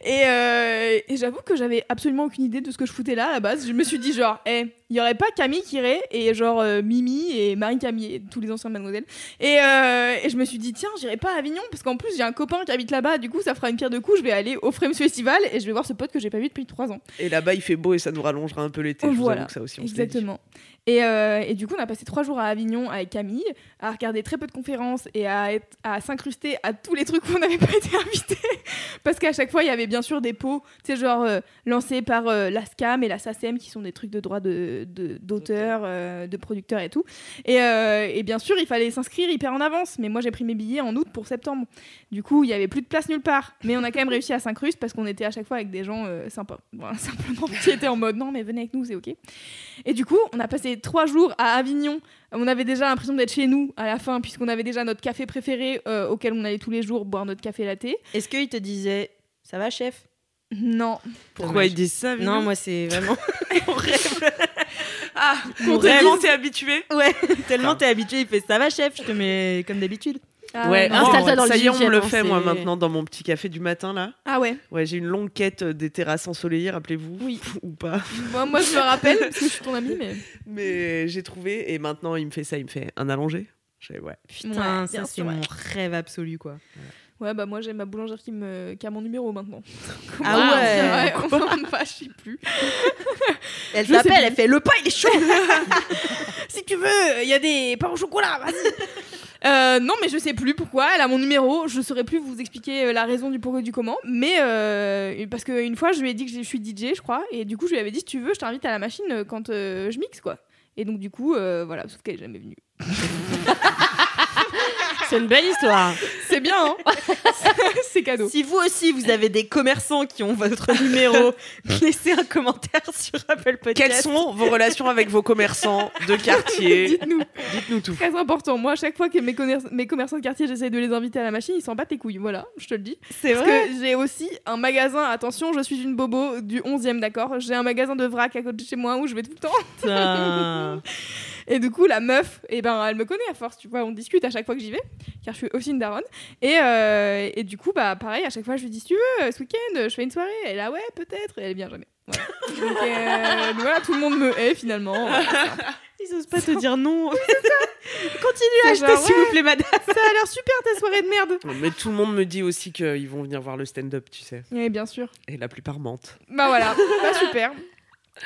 Et, euh, et j'avoue que j'avais absolument aucune idée de ce que je foutais là à la base. Je me suis dit genre, eh, il y aurait pas Camille qui irait et genre euh, Mimi et Marie Camille, tous les anciens de Mademoiselle. Et, euh, et je me suis dit tiens, j'irai pas à Avignon parce qu'en plus j'ai un copain qui habite là-bas. Du coup, ça fera une pierre de coups. Je vais aller au Frames Festival et je vais voir ce pote que j'ai pas vu depuis trois ans. Et là-bas, il fait beau et ça nous rallongera un peu l'été. Je vous Voilà. avoue que ça aussi, on se l'est dit. Exactement. Et, euh, et du coup, on a passé trois jours à Avignon avec Camille, à regarder très peu de conférences et à, être- à s'incruster à tous les trucs où on n'avait pas (laughs) été invité. Parce qu'à chaque fois, il y avait bien sûr des pots, tu sais, genre euh, lancés par euh, la SCAM et la SACEM, qui sont des trucs de droit de, de- d'auteur, euh, de producteur et tout. Et, euh, et bien sûr, il fallait s'inscrire hyper en avance. Mais moi, j'ai pris mes billets en août pour septembre. Du coup, il y avait plus de place nulle part. Mais on a quand même réussi à s'incruster parce qu'on était à chaque fois avec des gens euh, sympas. Voilà, (laughs) simplement, qui étaient en mode non, mais venez avec nous, c'est OK. Et du coup, on a passé trois jours à Avignon. On avait déjà l'impression d'être chez nous à la fin, puisqu'on avait déjà notre café préféré euh, auquel on allait tous les jours boire notre café latte. Est-ce qu'il te disait ça va, chef Non. Pourquoi Dommage. ils disent ça Non, moi c'est (laughs) vraiment mon rêve. ah, Mon tellement rêve. t'es habitué. ouais tellement t'es habitué. Il fait ça va, chef. Je te mets comme d'habitude. Ah ouais, non. Ah, Installe-toi ça, dans le y est, on budget, me le non, fait moi c'est- maintenant dans mon petit café du matin là. Ah ouais. Ouais, j'ai une longue quête euh, des terrasses ensoleillées, rappelez-vous. Oui. Ou pas. (laughs) Moi, moi, je me rappelle, parce que je suis ton amie, mais. Mais j'ai trouvé et maintenant il me fait ça, il me fait un allongé. Je fais, ouais. Putain, Ouais, ça bien c'est sûr, ouais. mon rêve absolu quoi. Ouais, bah moi j'ai ma boulangère qui, me... qui a mon numéro maintenant. Ah Comment (laughs) ouais. on dirait, on- bah, je sais plus. Elle Je sais t'appelle, plus. elle fait le pas, il est chaud. (laughs) Si tu veux, il y a des pains au chocolat, vas-y. (laughs) Euh, non, mais je sais plus pourquoi. Elle a mon numéro. Je saurais plus vous expliquer euh, la raison du pourquoi et du comment. Mais euh, parce qu'une fois, je lui ai dit que je suis DJ, je crois. Et du coup, je lui avais dit si tu veux, je t'invite à la machine euh, quand euh, je mixe, quoi. Et donc, du coup, euh, voilà. Sauf qu'elle est jamais venue. (laughs) C'est une belle histoire. C'est bien, (laughs) hein (laughs) C'est cadeau. Si vous aussi vous avez des commerçants qui (laughs) ont votre numéro, laissez un commentaire sur Apple Podcast. Quelles sont vos relations avec vos commerçants de quartier Dites-nous. Dites-nous tout. Très important. Moi, à chaque fois que mes, commer- mes commerçants de quartier, j'essaye de les inviter à la machine, ils s'en battent les couilles. Voilà, je te le dis. C'est Parce vrai. que j'ai aussi un magasin, attention, je suis une bobo du 11e, d'accord J'ai un magasin de vrac à côté de chez moi où je vais tout le temps. Putain. (laughs) Et du coup, la meuf, eh ben, elle me connaît à force, tu vois, on discute à chaque fois que j'y vais, car je suis aussi une daronne. Et, euh, et du coup, bah, pareil, à chaque fois, je lui dis, si tu veux, euh, ce week-end, je fais une soirée. Elle est là, ouais, peut-être, et elle vient jamais. Voilà. Donc, euh, (laughs) donc voilà, tout le monde me hait finalement. Ah, Ils osent pas te dire non. Continue à C'est acheter genre, s'il ouais. vous plaît madame. Ça a l'air super ta soirée de merde. Mais tout le monde me dit aussi qu'ils vont venir voir le stand-up, tu sais. Oui, bien sûr. Et la plupart mentent. Bah voilà, pas super.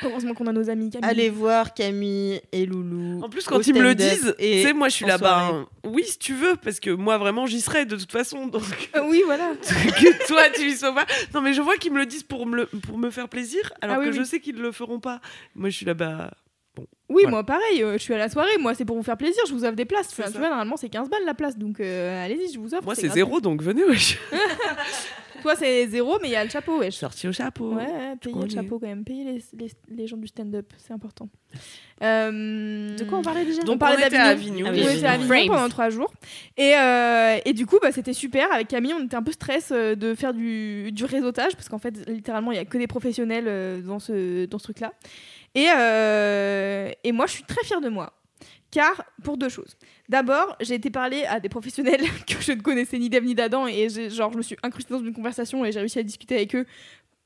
Heureusement qu'on a nos amis Camille. Allez voir Camille et Loulou. En plus, au quand ils me le stand-up disent, et tu sais, moi je suis en là-bas. soirée. hein. Oui, si tu veux, parce que moi vraiment j'y serais de toute façon. Donc Euh, oui, voilà. (laughs) que toi tu y sois pas. Non, mais je vois qu'ils me le disent pour me, le- pour me faire plaisir, alors Ah oui, que je oui. Ah, sais qu'ils le feront pas. Moi je suis là-bas. Oui, Voilà. moi pareil, euh, je suis à la soirée, moi c'est pour vous faire plaisir, je vous offre des places. C'est Enfin, ça. tu vois, normalement c'est 15 balles la place, donc euh, allez-y, je vous offre. Moi c'est gratuit. zéro, donc venez. wesh. Toi, c'est zéro, mais il y a le chapeau, wesh. Sorti au chapeau. (laughs) Ouais, ouais, Tu payez le connais. chapeau quand même. Payez les, les, les gens du stand-up, c'est important. (laughs) Euh, De quoi on parlait déjà Donc, on parlait on était à d'Avignon. Avignon. On Avignon. était à Avignon Frames. pendant trois jours. Et, euh, et du coup, bah, c'était super. Avec Camille, on était un peu stress euh, de faire du, du réseautage parce qu'en fait, littéralement, il n'y a que des professionnels euh, dans ce, dans ce truc-là. Et, euh, et moi, je suis très fière de moi. Car, pour deux choses. D'abord, j'ai été parler à des professionnels (laughs) que je ne connaissais ni d'Ève ni d'Adam et j'ai- genre, je me suis incrustée dans une conversation et j'ai réussi à discuter avec eux.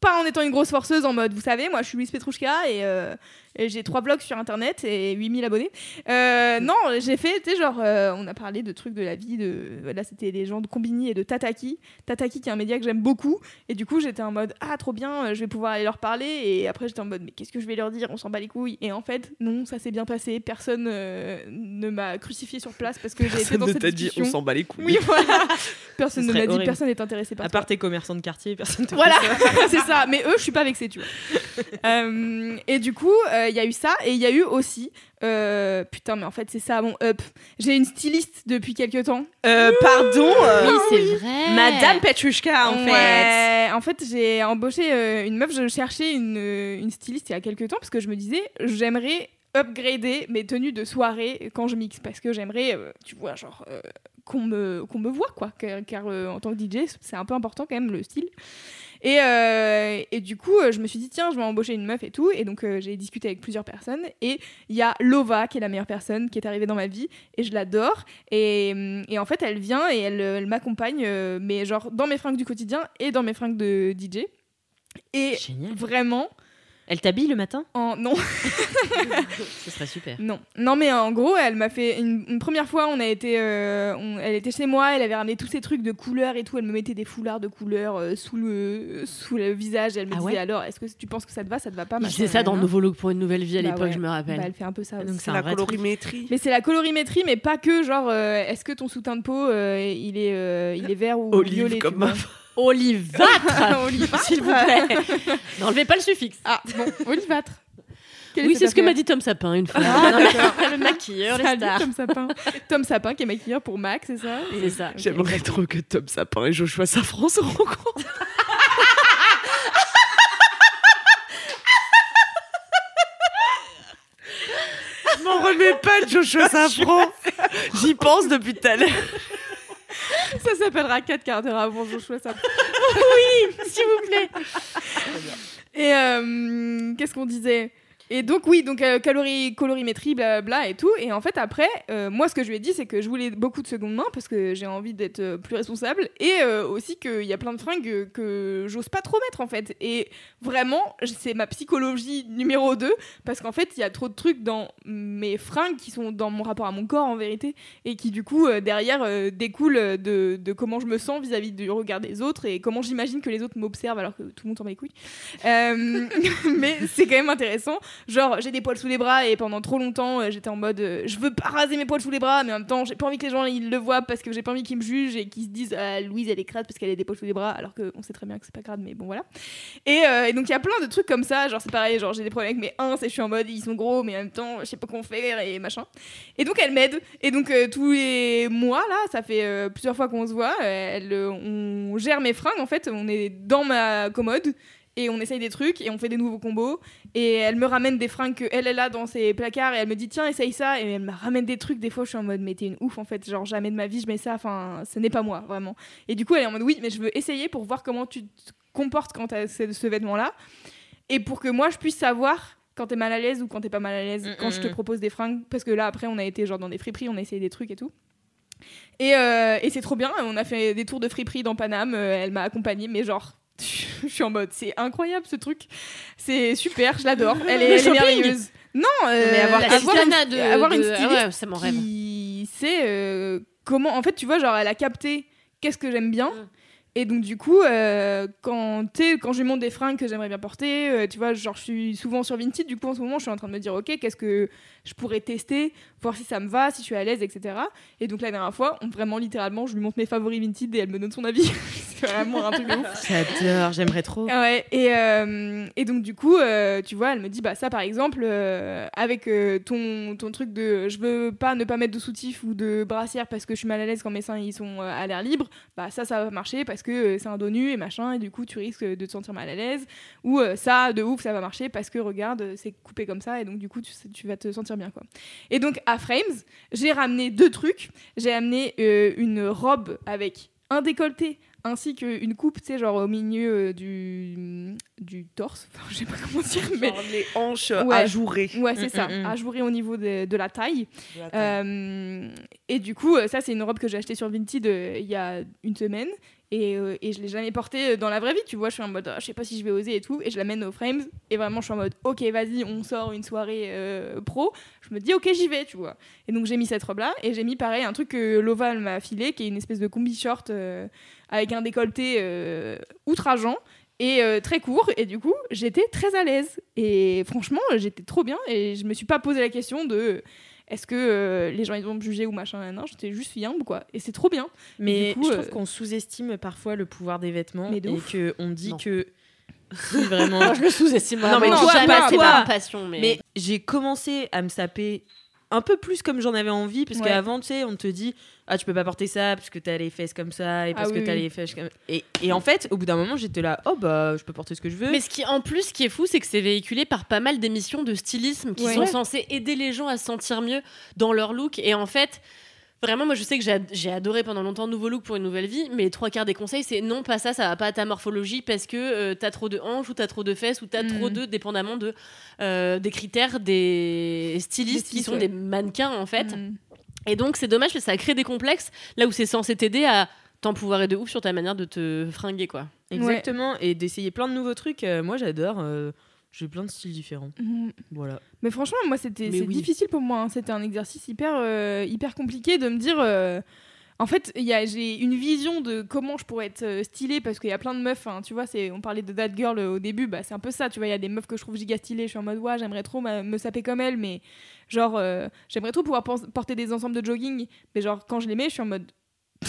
Pas en étant une grosse forceuse en mode, vous savez, moi je suis Louise Petrouchka et, euh, et j'ai trois blogs sur internet et 8000 abonnés. Euh, non, j'ai fait, tu sais, genre, euh, on a parlé de trucs de la vie, de. Là, c'était les gens de Combini et de Tataki. Tataki qui est un média que j'aime beaucoup. Et du coup, j'étais en mode, ah, trop bien, euh, je vais pouvoir aller leur parler. Et après, j'étais en mode, mais qu'est-ce que je vais leur dire On s'en bat les couilles. Et en fait, non, ça s'est bien passé. Personne euh, ne m'a crucifié sur place parce que j'ai été Personne dans ne cette t'a dit discussion. on s'en bat les couilles. Oui, (laughs) voilà. Personne ne Ce m'a serait dit, horrible. personne n'est intéressé par À toi. part tes commerçants de quartier, personne te Voilà, fait ça. (laughs) c'est ça. Mais eux, je suis pas vexée, tu vois. (laughs) Euh, et du coup, euh, il y a eu ça. Et il y a eu aussi. euh, putain, mais en fait, c'est ça mon up. J'ai une styliste depuis quelques temps. Euh, pardon euh, Oui, c'est vrai. Madame Petrushka, en fait. Ouais, En fait, j'ai embauché euh, une meuf. Je cherchais une, euh, une styliste il y a quelques temps parce que je me disais, j'aimerais upgrader mes tenues de soirée quand je mixe parce que j'aimerais, euh, tu vois, genre euh, qu'on me qu'on me voit quoi. Car, car, euh, en tant que DJ, c'est un peu important quand même le style. Et, euh, et du coup, euh, je me suis dit, tiens, je vais embaucher une meuf et tout. Et donc, euh, j'ai discuté avec plusieurs personnes. Et il y a Lova, qui est la meilleure personne, qui est arrivée dans ma vie. Et je l'adore. Et, hum, et en fait, elle vient et elle, elle m'accompagne, euh, mais genre dans mes fringues du quotidien et dans mes fringues de DJ. Et Génial. vraiment, Elle t'habille le matin en (laughs) non, Ce serait super. non, non, mais en gros, elle m'a fait une, une première fois, on a été, euh, on- elle était chez moi, elle avait ramené tous ces trucs de couleurs et tout, elle me mettait des foulards de couleurs euh, sous le sous le visage, et elle me Ah disait ouais alors, est-ce que tu penses que ça te va, Ah bah ça te va pas Il machin, faisait ça dans nanana. Nouveau Look pour une nouvelle Ah, vie à Bah l'époque, ouais. je me rappelle. Bah, elle fait un peu ça. aussi. Donc c'est C'est un la vrai truc. colorimétrie. Mais c'est la colorimétrie, mais pas que genre, euh, est-ce que ton soutien de peau, euh, il est euh, il est vert ou Olive violet tu comme vois. meuf. (laughs) Olivâtre Olivâtre. S'il vous (laughs) plaît N'enlevez pas le suffixe. Ah, bon, olivâtre. Quelle Oui, est c'est cette ce que affaire m'a dit Tom Sapin une fois. Ah, d'accord. (laughs) le maquilleur, les Salut, stars. Tom Sapin. Tom Sapin qui est maquilleur pour Max, c'est ça C'est ça. Ok. J'aimerais trop que Tom Sapin et Joshua Safran se rencontrent. Je m'en remets pas de (laughs) Joshua Safran. J'y pense depuis tout à l'heure. Ça s'appellera 4 quarts d'heure avant (laughs) Joshua Sapin. S'il vous plaît. Et euh, qu'est-ce qu'on disait et donc oui, donc euh, calorie, colorimétrie, blablabla et tout. Et en fait après, euh, moi ce que je lui ai dit, c'est que je voulais beaucoup de seconde main parce que j'ai envie d'être euh, plus responsable et euh, aussi qu'il y a plein de fringues que j'ose pas trop mettre en fait. Et vraiment, je- c'est ma psychologie numéro 2 parce qu'en fait il y a trop de trucs dans mes fringues qui sont dans mon rapport à mon corps en vérité et qui du coup euh, derrière euh, découlent euh, de, de comment je me sens vis-à-vis du regard des autres et comment j'imagine que les autres m'observent alors que tout le monde s'en bat les couilles. Euh, (laughs) mais c'est quand même intéressant. Genre, j'ai des poils sous les bras et pendant trop longtemps, euh, j'étais en mode euh, je veux pas raser mes poils sous les bras, mais en même temps, j'ai pas envie que les gens ils le voient parce que j'ai pas envie qu'ils me jugent et qu'ils se disent Ah, Louise elle est crade parce qu'elle a des poils sous les bras, alors qu'on sait très bien que c'est pas crade, mais bon voilà. Et, euh, et donc il y a plein de trucs comme ça, genre c'est pareil, genre j'ai des problèmes avec mes uns et je suis en mode ils sont gros, mais en même temps, je sais pas comment faire et machin. Et donc elle m'aide. Et donc euh, tous les mois, là, ça fait euh, plusieurs fois qu'on se voit, euh, elle, euh, on gère mes fringues en fait, on est dans ma commode et on essaye des trucs et on fait des nouveaux combos et elle me ramène des fringues que elle, elle a dans ses placards et elle me dit tiens essaye ça et elle me ramène des trucs des fois je suis en mode mais t'es une ouf en fait genre jamais de ma vie je mets ça enfin ce n'est pas moi vraiment et du coup elle est en mode oui mais je veux essayer pour voir comment tu te comportes quand t'as ce, ce vêtement là et pour que moi je puisse savoir quand t'es mal à l'aise ou quand t'es pas mal à l'aise Mm, quand je te mm. propose des fringues parce que là après on a été genre dans des friperies on a essayé des trucs et tout et, euh, et c'est trop bien. On a fait des tours de friperie dans Paname. euh, elle m'a accompagnée, mais genre, (laughs) je suis en mode, c'est incroyable ce truc. C'est super, je l'adore. Elle est, Le elle est shopping merveilleuse. Non, euh, Mais avoir, avoir une, Susanna de, avoir une de- ah styliste ouais, c'est mon rêve. qui sait euh, comment. En fait, tu vois, genre, elle a capté qu'est-ce que j'aime bien. Mm. Et donc, du coup, euh, quand, t'es- quand je lui montre des fringues que j'aimerais bien porter, euh, tu vois, genre, je suis souvent sur Vinted. Du coup, en ce moment, je suis en train de me dire, OK, qu'est-ce que je pourrais tester, voir si ça me va, si je suis à l'aise, etc. Et donc, la dernière fois, on, vraiment, littéralement, je lui montre mes favoris Vinted et elle me donne son avis. (laughs) C'est ferais amour un truc de ouf. J'adore, j'aimerais trop. Ah Ouais, et, euh, et donc du coup, euh, tu vois, elle me dit, bah ça par exemple, euh, avec euh, ton, ton truc de je veux pas ne pas mettre de soutif ou de brassière parce que je suis mal à l'aise quand mes seins ils sont euh, à l'air libre, bah ça ça va marcher parce que euh, c'est un dos nu et machin, et du coup tu risques de te sentir mal à l'aise, ou euh, ça de ouf ça va marcher parce que regarde, euh, c'est coupé comme ça, et donc du coup tu, tu vas te sentir bien quoi. Et donc à Frames, j'ai ramené deux trucs, j'ai amené euh, une robe avec un décolleté ainsi qu'une coupe, tu sais, genre au milieu euh, du, du torse, (laughs) enfin, je sais pas comment dire, mais... Genre les hanches Ouais. ajourées. Ouais, c'est Mm, ça, mm, mm. ajouré au niveau de, de la taille. De la taille. Euh, et du coup, euh, ça, c'est une robe que j'ai achetée sur Vinted euh, il y a une semaine. Et, euh, et je l'ai jamais portée euh, dans la vraie vie, tu vois. Je suis en mode, Ah, je sais pas si je vais oser et tout. Et je l'amène aux frames. Et vraiment, je suis en mode, ok, vas-y, on sort une soirée euh, pro. Je me dis, ok, j'y vais, tu vois. Et donc, j'ai mis cette robe-là. Et j'ai mis pareil un truc que Loval m'a filé, qui est une espèce de combi short euh, avec un décolleté euh, outrageant et euh, très court et du coup j'étais très à l'aise et franchement euh, j'étais trop bien et je me suis pas posé la question de euh, est-ce que euh, les gens ils vont me juger ou machin non j'étais juste yambe quoi et c'est trop bien Mais Et du coup, je trouve euh, qu'on sous-estime parfois le pouvoir des vêtements Mais et de ouf. qu'on dit Non. que. Si, (laughs) vraiment. Moi, je le sous-estime. Non, mais vraiment. toi, Jamais, pas c'est toi. pas ma passion, mais. Mais j'ai commencé à me saper un peu plus comme j'en avais envie, parce Ouais. qu'avant, tu sais, on te dit Ah, tu peux pas porter ça parce que t'as les fesses comme ça et parce Ah que oui, t'as oui. les fesses comme et, et en fait, au bout d'un moment, j'étais là Oh, bah, je peux porter ce que je veux. Mais ce qui, en plus, ce qui est fou, c'est que c'est véhiculé par pas mal d'émissions de stylisme qui Ouais. sont Ouais. censées aider les gens à se sentir mieux dans leur look. Et en fait, vraiment, moi, je sais que j'ai ad- j'ai adoré pendant longtemps Nouveau Look pour une nouvelle vie, mais trois quarts des conseils, c'est non, pas ça, ça va pas à ta morphologie parce que euh, t'as trop de hanches ou t'as trop de fesses ou t'as Mm. trop de, dépendamment de, euh, des critères des stylistes qui stylistes, sont ouais. des mannequins, en fait. Mm. Et donc, c'est dommage parce que ça crée des complexes là où c'est censé t'aider à t'empouvoirer de ouf sur ta manière de te fringuer, quoi. Exactement, et d'essayer plein de nouveaux trucs. Euh, moi, j'adore. euh, j'ai plein de styles différents. Mm. Voilà. mais franchement moi c'était Mais c'est oui. difficile pour moi hein. c'était un exercice hyper euh, hyper compliqué de me dire euh, en fait, il y a- j'ai une vision de comment je pourrais être euh, stylée parce qu'il y a plein de meufs. hein, tu vois, c'est- on parlait de that girl euh, au début, bah, c'est un peu ça. Tu vois, il y a des meufs que je trouve giga stylées. Je suis en mode, ouais, j'aimerais trop ma- me saper comme elle, mais genre, euh, j'aimerais trop pouvoir pens- porter des ensembles de jogging. Mais genre, quand je les mets, je suis en mode, (laughs)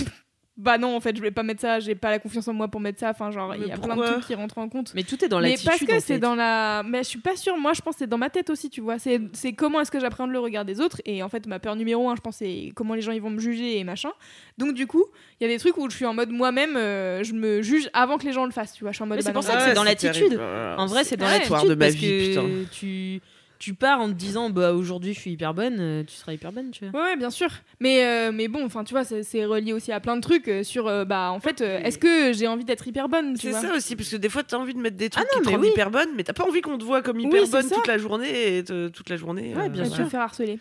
bah non, en fait, je vais pas mettre ça. J'ai pas la confiance en moi pour mettre ça. Enfin, genre, il y Mais a plein de pourquoi trucs qui rentrent en compte. Mais tout est dans Mais l'attitude. parce que en c'est fait. dans la. Mais je suis pas sûre, moi je pense que c'est dans ma tête aussi, tu vois. C'est c'est comment est-ce que j'appréhende le regard des autres. Et en fait, ma peur numéro un, je pense, c'est comment les gens ils vont me juger et machin. Donc du coup, il y a des trucs où je suis en mode moi-même, euh, je me juge avant que les gens le fassent, tu vois. Je suis en mode. Mais c'est bah pour non. ça que c'est dans l'attitude. Ah terrible. En vrai, c'est dans Ouais. l'attitude Histoire de ma parce vie, que tu tu pars en te disant bah aujourd'hui je suis hyper bonne, euh, tu seras hyper bonne, tu vois. Ouais, ouais, bien sûr. Mais, euh, mais bon, enfin, tu vois, c'est- c'est relié aussi à plein de trucs euh, sur, euh, bah, en fait, euh, est-ce que j'ai envie d'être hyper bonne, tu C'est vois Euh, ça aussi, parce que des fois, t'as envie de mettre des trucs Ah non, qui te mais rendent oui. hyper bonne, mais t'as pas envie qu'on te voit comme Oui, hyper c'est bonne ça. toute la journée et te- toute la journée. euh, Ouais, bien Je sûr. me faire harceler.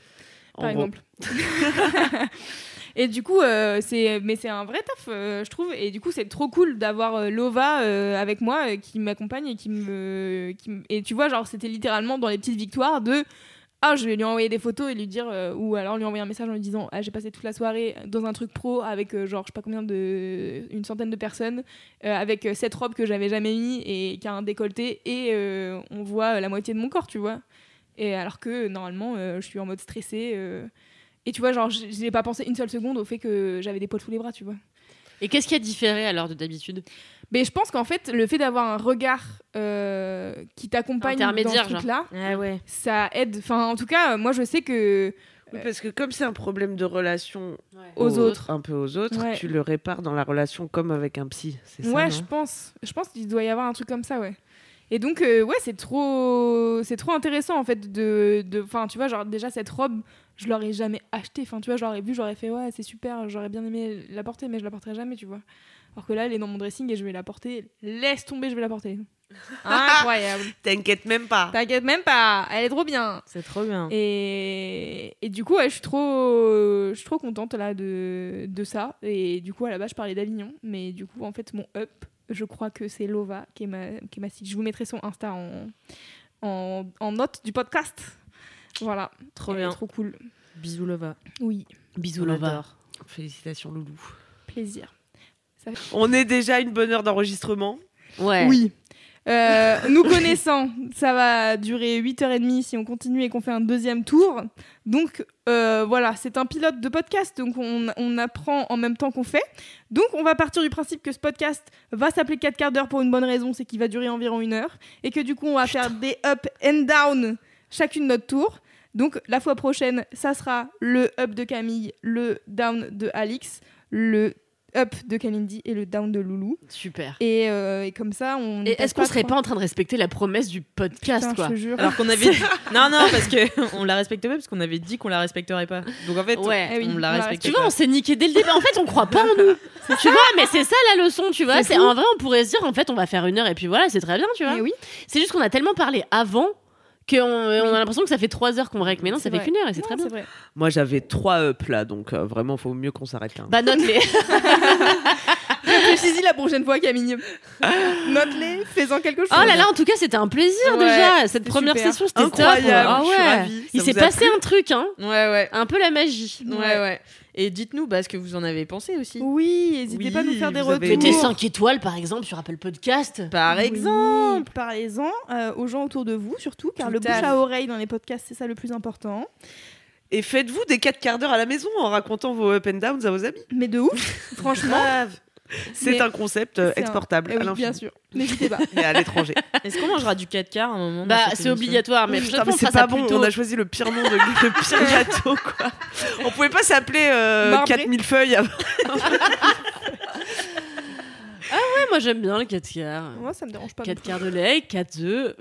en par gros. exemple. (laughs) et du coup, euh, c'est mais c'est un vrai taf, euh, je trouve. Et du coup, c'est trop cool d'avoir euh, Lova euh, avec moi euh, qui m'accompagne et qui me, qui me- et tu vois, genre c'était littéralement dans les petites victoires de ah je vais lui envoyer des photos et lui dire euh, ou alors lui envoyer un message en lui disant ah j'ai passé toute la soirée dans un truc pro avec euh, genre je sais pas combien de une centaine de personnes euh, avec euh, cette robe que j'avais jamais mis et qui a un décolleté et euh, on voit euh, la moitié de mon corps, tu vois. Et alors que normalement, euh, je suis en mode stressée. euh, et tu vois, genre, j'ai j'ai pas pensé une seule seconde au fait que j'avais des poils sous les bras, tu vois. Et qu'est-ce qui a différé alors de d'habitude Mais je pense qu'en fait, le fait d'avoir un regard euh, qui t'accompagne dans Intermédiaire, ce truc-là, Ah ouais. ça aide. Enfin, en tout cas, euh, moi, je sais que. Oui, parce que comme c'est un problème de relation Aux autres. un peu aux autres, Ouais. tu le répares dans la relation comme avec un psy. C'est ça, Ouais, non je pense. Je pense qu'il doit y avoir un truc comme ça, ouais. Et donc, euh, ouais, c'est trop, c'est trop intéressant en fait de, de, enfin, tu vois, genre déjà cette robe, je l'aurais jamais achetée. Enfin, tu vois, j'aurais vu, j'aurais fait, ouais, c'est super, j'aurais bien aimé la porter, mais je la porterai jamais, tu vois. Alors que là, elle est dans mon dressing et je vais la porter. Laisse tomber, je vais (laughs) la porter. Incroyable. T'inquiète même pas. T'inquiète même pas, elle est trop bien. C'est trop bien. Et, et du coup, ouais, je suis trop, je suis trop contente là de, de ça. Et du coup, à la base, je parlais d'Avignon, mais du coup, en fait, mon up, je crois que c'est Lova qui est ma, qui est ma styliste. Je vous mettrai son Insta en, en, en note du podcast. Voilà, Trop Elle est bien. trop cool. Bisous Lova. Oui, Bisous, On Lova. adore. Félicitations, Loulou. plaisir. On est déjà à une bonne heure d'enregistrement. Ouais. Oui. Euh, nous connaissant, ça va durer 8h30 si on continue et qu'on fait un deuxième tour. Donc euh, voilà, c'est un pilote de podcast, donc on, on apprend en même temps qu'on fait. Donc on va partir du principe que ce podcast va s'appeler 4 quarts d'heure pour une bonne raison, c'est qu'il va durer environ une heure. Et que du coup, on va faire des up and down chacune notre tour. Donc la fois prochaine, ça sera le up de Camille, le down de Alix, le up de Kalindi et le down de Loulou. Super. Et, euh, et comme ça, on. Et est-ce qu'on serait pas en train de respecter la promesse du podcast, Putain, je quoi te jure. (laughs) Alors qu'on avait (laughs) dit... non non parce que (laughs) on la respecte pas parce qu'on avait dit qu'on la respecterait pas. Donc en fait Ouais. Eh oui, on la respecte. Tu vois, on s'est niqué dès le début. En fait, on croit pas en (laughs) nous. tu vois, mais c'est ça la leçon, tu vois. C'est C'est fou. en vrai, on pourrait se dire, en fait, on va faire une heure et puis voilà, c'est très bien, tu vois. Eh oui. C'est juste qu'on a tellement parlé avant qu'on euh, on a l'impression que ça fait trois heures qu'on règle. Mais non, C'est ça fait vrai. qu'une heure et c'est très Non, bien. c'est (laughs) vrai. Moi, j'avais trois up là, donc euh, vraiment, faut mieux qu'on s'arrête là. Bah note-les. Réfléchis-y la prochaine fois, Camille. (laughs) Note-les, fais-en quelque chose. oh là là, en tout cas, c'était un plaisir Ouais, déjà. Cette c'était première super. session, c'était top. Incroyable, Ah je suis ouais. ravie. Ça Il vous s'est a passé un truc, hein. Ouais ouais. Un peu la magie. Ouais ouais. Et dites-nous bah, ce que vous en avez pensé aussi. Oui, n'hésitez Oui, pas à nous faire des vous avez- retours. Mettez Humour. 5 étoiles, par exemple, sur Apple Podcast. Par Oui, exemple. Parlez-en euh, aux gens autour de vous, surtout, car Tout le à bouche fait. à oreille dans les podcasts, c'est ça le plus important. Et faites-vous des quatre quarts d'heure à la maison en racontant vos up and downs à vos amis. Mais de Euh, ouf, franchement. C'est Mais un concept euh, c'est un- exportable Eh à oui, l'infini. bien sûr. N'hésitez pas. Mais à l'étranger. Est-ce qu'on mangera du 4 quarts à un moment dans Bah, cette c'est émission obligatoire, mais Putain, je mais pense c'est que ça pas plus bon, tôt. on a choisi le pire nom, de, le pire gâteau, quoi. On pouvait pas s'appeler euh, Marbré. 4000 feuilles avant. Ouais, moi j'aime bien le 4 quarts. Moi, ça me dérange pas. 4 quarts de lait, 4 œufs, (laughs)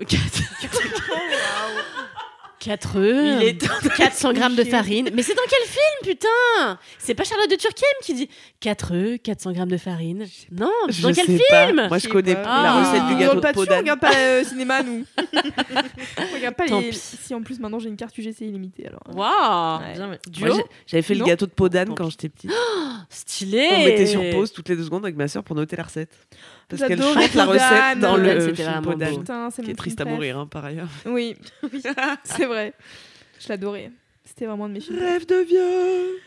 4 œufs, Il est 400 grammes de farine. Mais c'est dans quel film, putain C'est pas Charlotte de Turquem qui dit 4 œufs, 400 grammes de farine. Non, Je dans quel sais film pas. Moi, je sais connais pas. la Ah. recette On du regarde gâteau pas de dessus, on Podane. regarde pas euh, (laughs) cinéma, nous. on regarde pas Tant les. pis. Si en plus maintenant j'ai une carte UGC illimitée, alors. Waouh Ouais. Bien, ouais. Duo Moi, j'ai- J'avais fait Non. le gâteau de Podane Tant quand j'étais petite. Stylé On mettait sur pause toutes les deux secondes avec ma soeur pour noter la recette. Parce qu'elle J'adorais chante la Podane. recette dans Podane, le c'était film vraiment Podane. beau. Putain, c'est Qui est mon triste à film mourir, hein, par ailleurs. (laughs) préf. Oui, oui, c'est vrai. Je l'adorais. C'était vraiment de mes films. Rêve de vieux.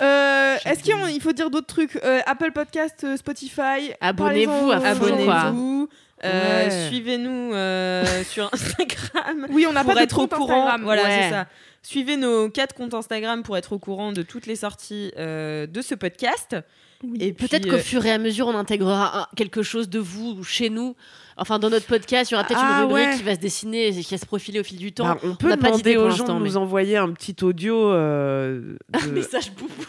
Euh, Est-ce qu'il faut dire d'autres trucs Euh, Apple Podcast, euh, Spotify. Abonnez-vous parlez-en à fond, aux gens. quoi. Abonnez-vous. euh, Ouais. Suivez-nous euh, (laughs) sur Instagram. Oui, on n'a pour pas de être au compte courant. Instagram. Voilà, Ouais. c'est ça. Suivez nos quatre comptes Instagram pour être au courant de toutes les sorties euh, de ce podcast. Oui. Et puis, Peut-être euh, qu'au fur et à mesure, on intégrera un- quelque chose de vous chez nous. Enfin, dans notre podcast, il y aura peut-être Ah, une rubrique ouais. qui va se dessiner et qui va se profiler au fil du temps. Bah, on peut n'a pas demander d'idée pour aux gens l'instant, de mais- nous envoyer un petit audio. euh, de- Message boubou.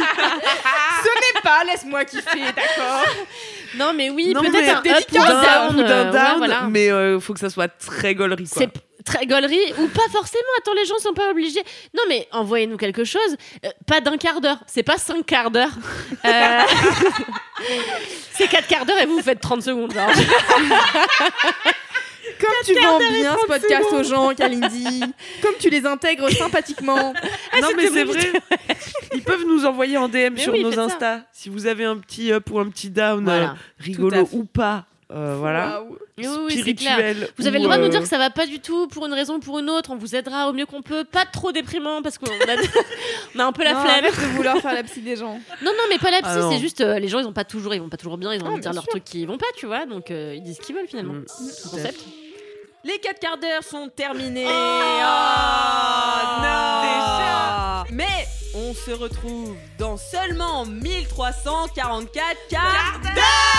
Ce n'est pas, (laughs) laisse-moi kiffer, d'accord (laughs) Non, mais oui, Non, mais peut-être un up d'un ou un down. ou d'un euh, ouais, down, voilà. mais euh, faut que ça soit très gaulerie. quoi. C'est p- très gaulerie ou pas forcément. Attends, les gens sont pas obligés. Non, mais envoyez-nous quelque chose. Euh, pas d'un quart d'heure. C'est pas cinq quarts d'heure. Euh, (laughs) C'est quatre quarts d'heure et vous vous faites 30 secondes. hein. genre. Comme tu vends bien ce podcast aux (laughs) gens, Kalindi. Comme tu les intègres sympathiquement. non mais c'est (laughs) vrai. Ils peuvent nous envoyer en DM Mais sur oui, faites nos ça. Insta si vous avez un petit up ou un petit down Voilà. euh, Tout à rigolo fait. ou pas. euh, voilà. Waouh. Oui, oui, oui, c'est clair. Spirituel. Vous avez ou, le droit de nous euh, dire que ça va pas du tout pour une raison ou pour une autre. On vous aidera au mieux qu'on peut. Pas trop déprimant parce qu'on a, (laughs) on a un peu la Non, flemme. arrête de vouloir faire la psy des gens. Non, non, mais pas la psy. Ah non. c'est juste euh, les gens ils ont pas toujours, ils vont pas toujours bien. Ils ont Ah, envie de bien dire leurs sûr. trucs qui vont pas, tu vois. Donc euh, ils disent ce qu'ils veulent finalement. Mm. Ce concept. Les quatre quarts d'heure sont terminés. Oh, non Mais on se retrouve dans seulement 1344 quarts d'heure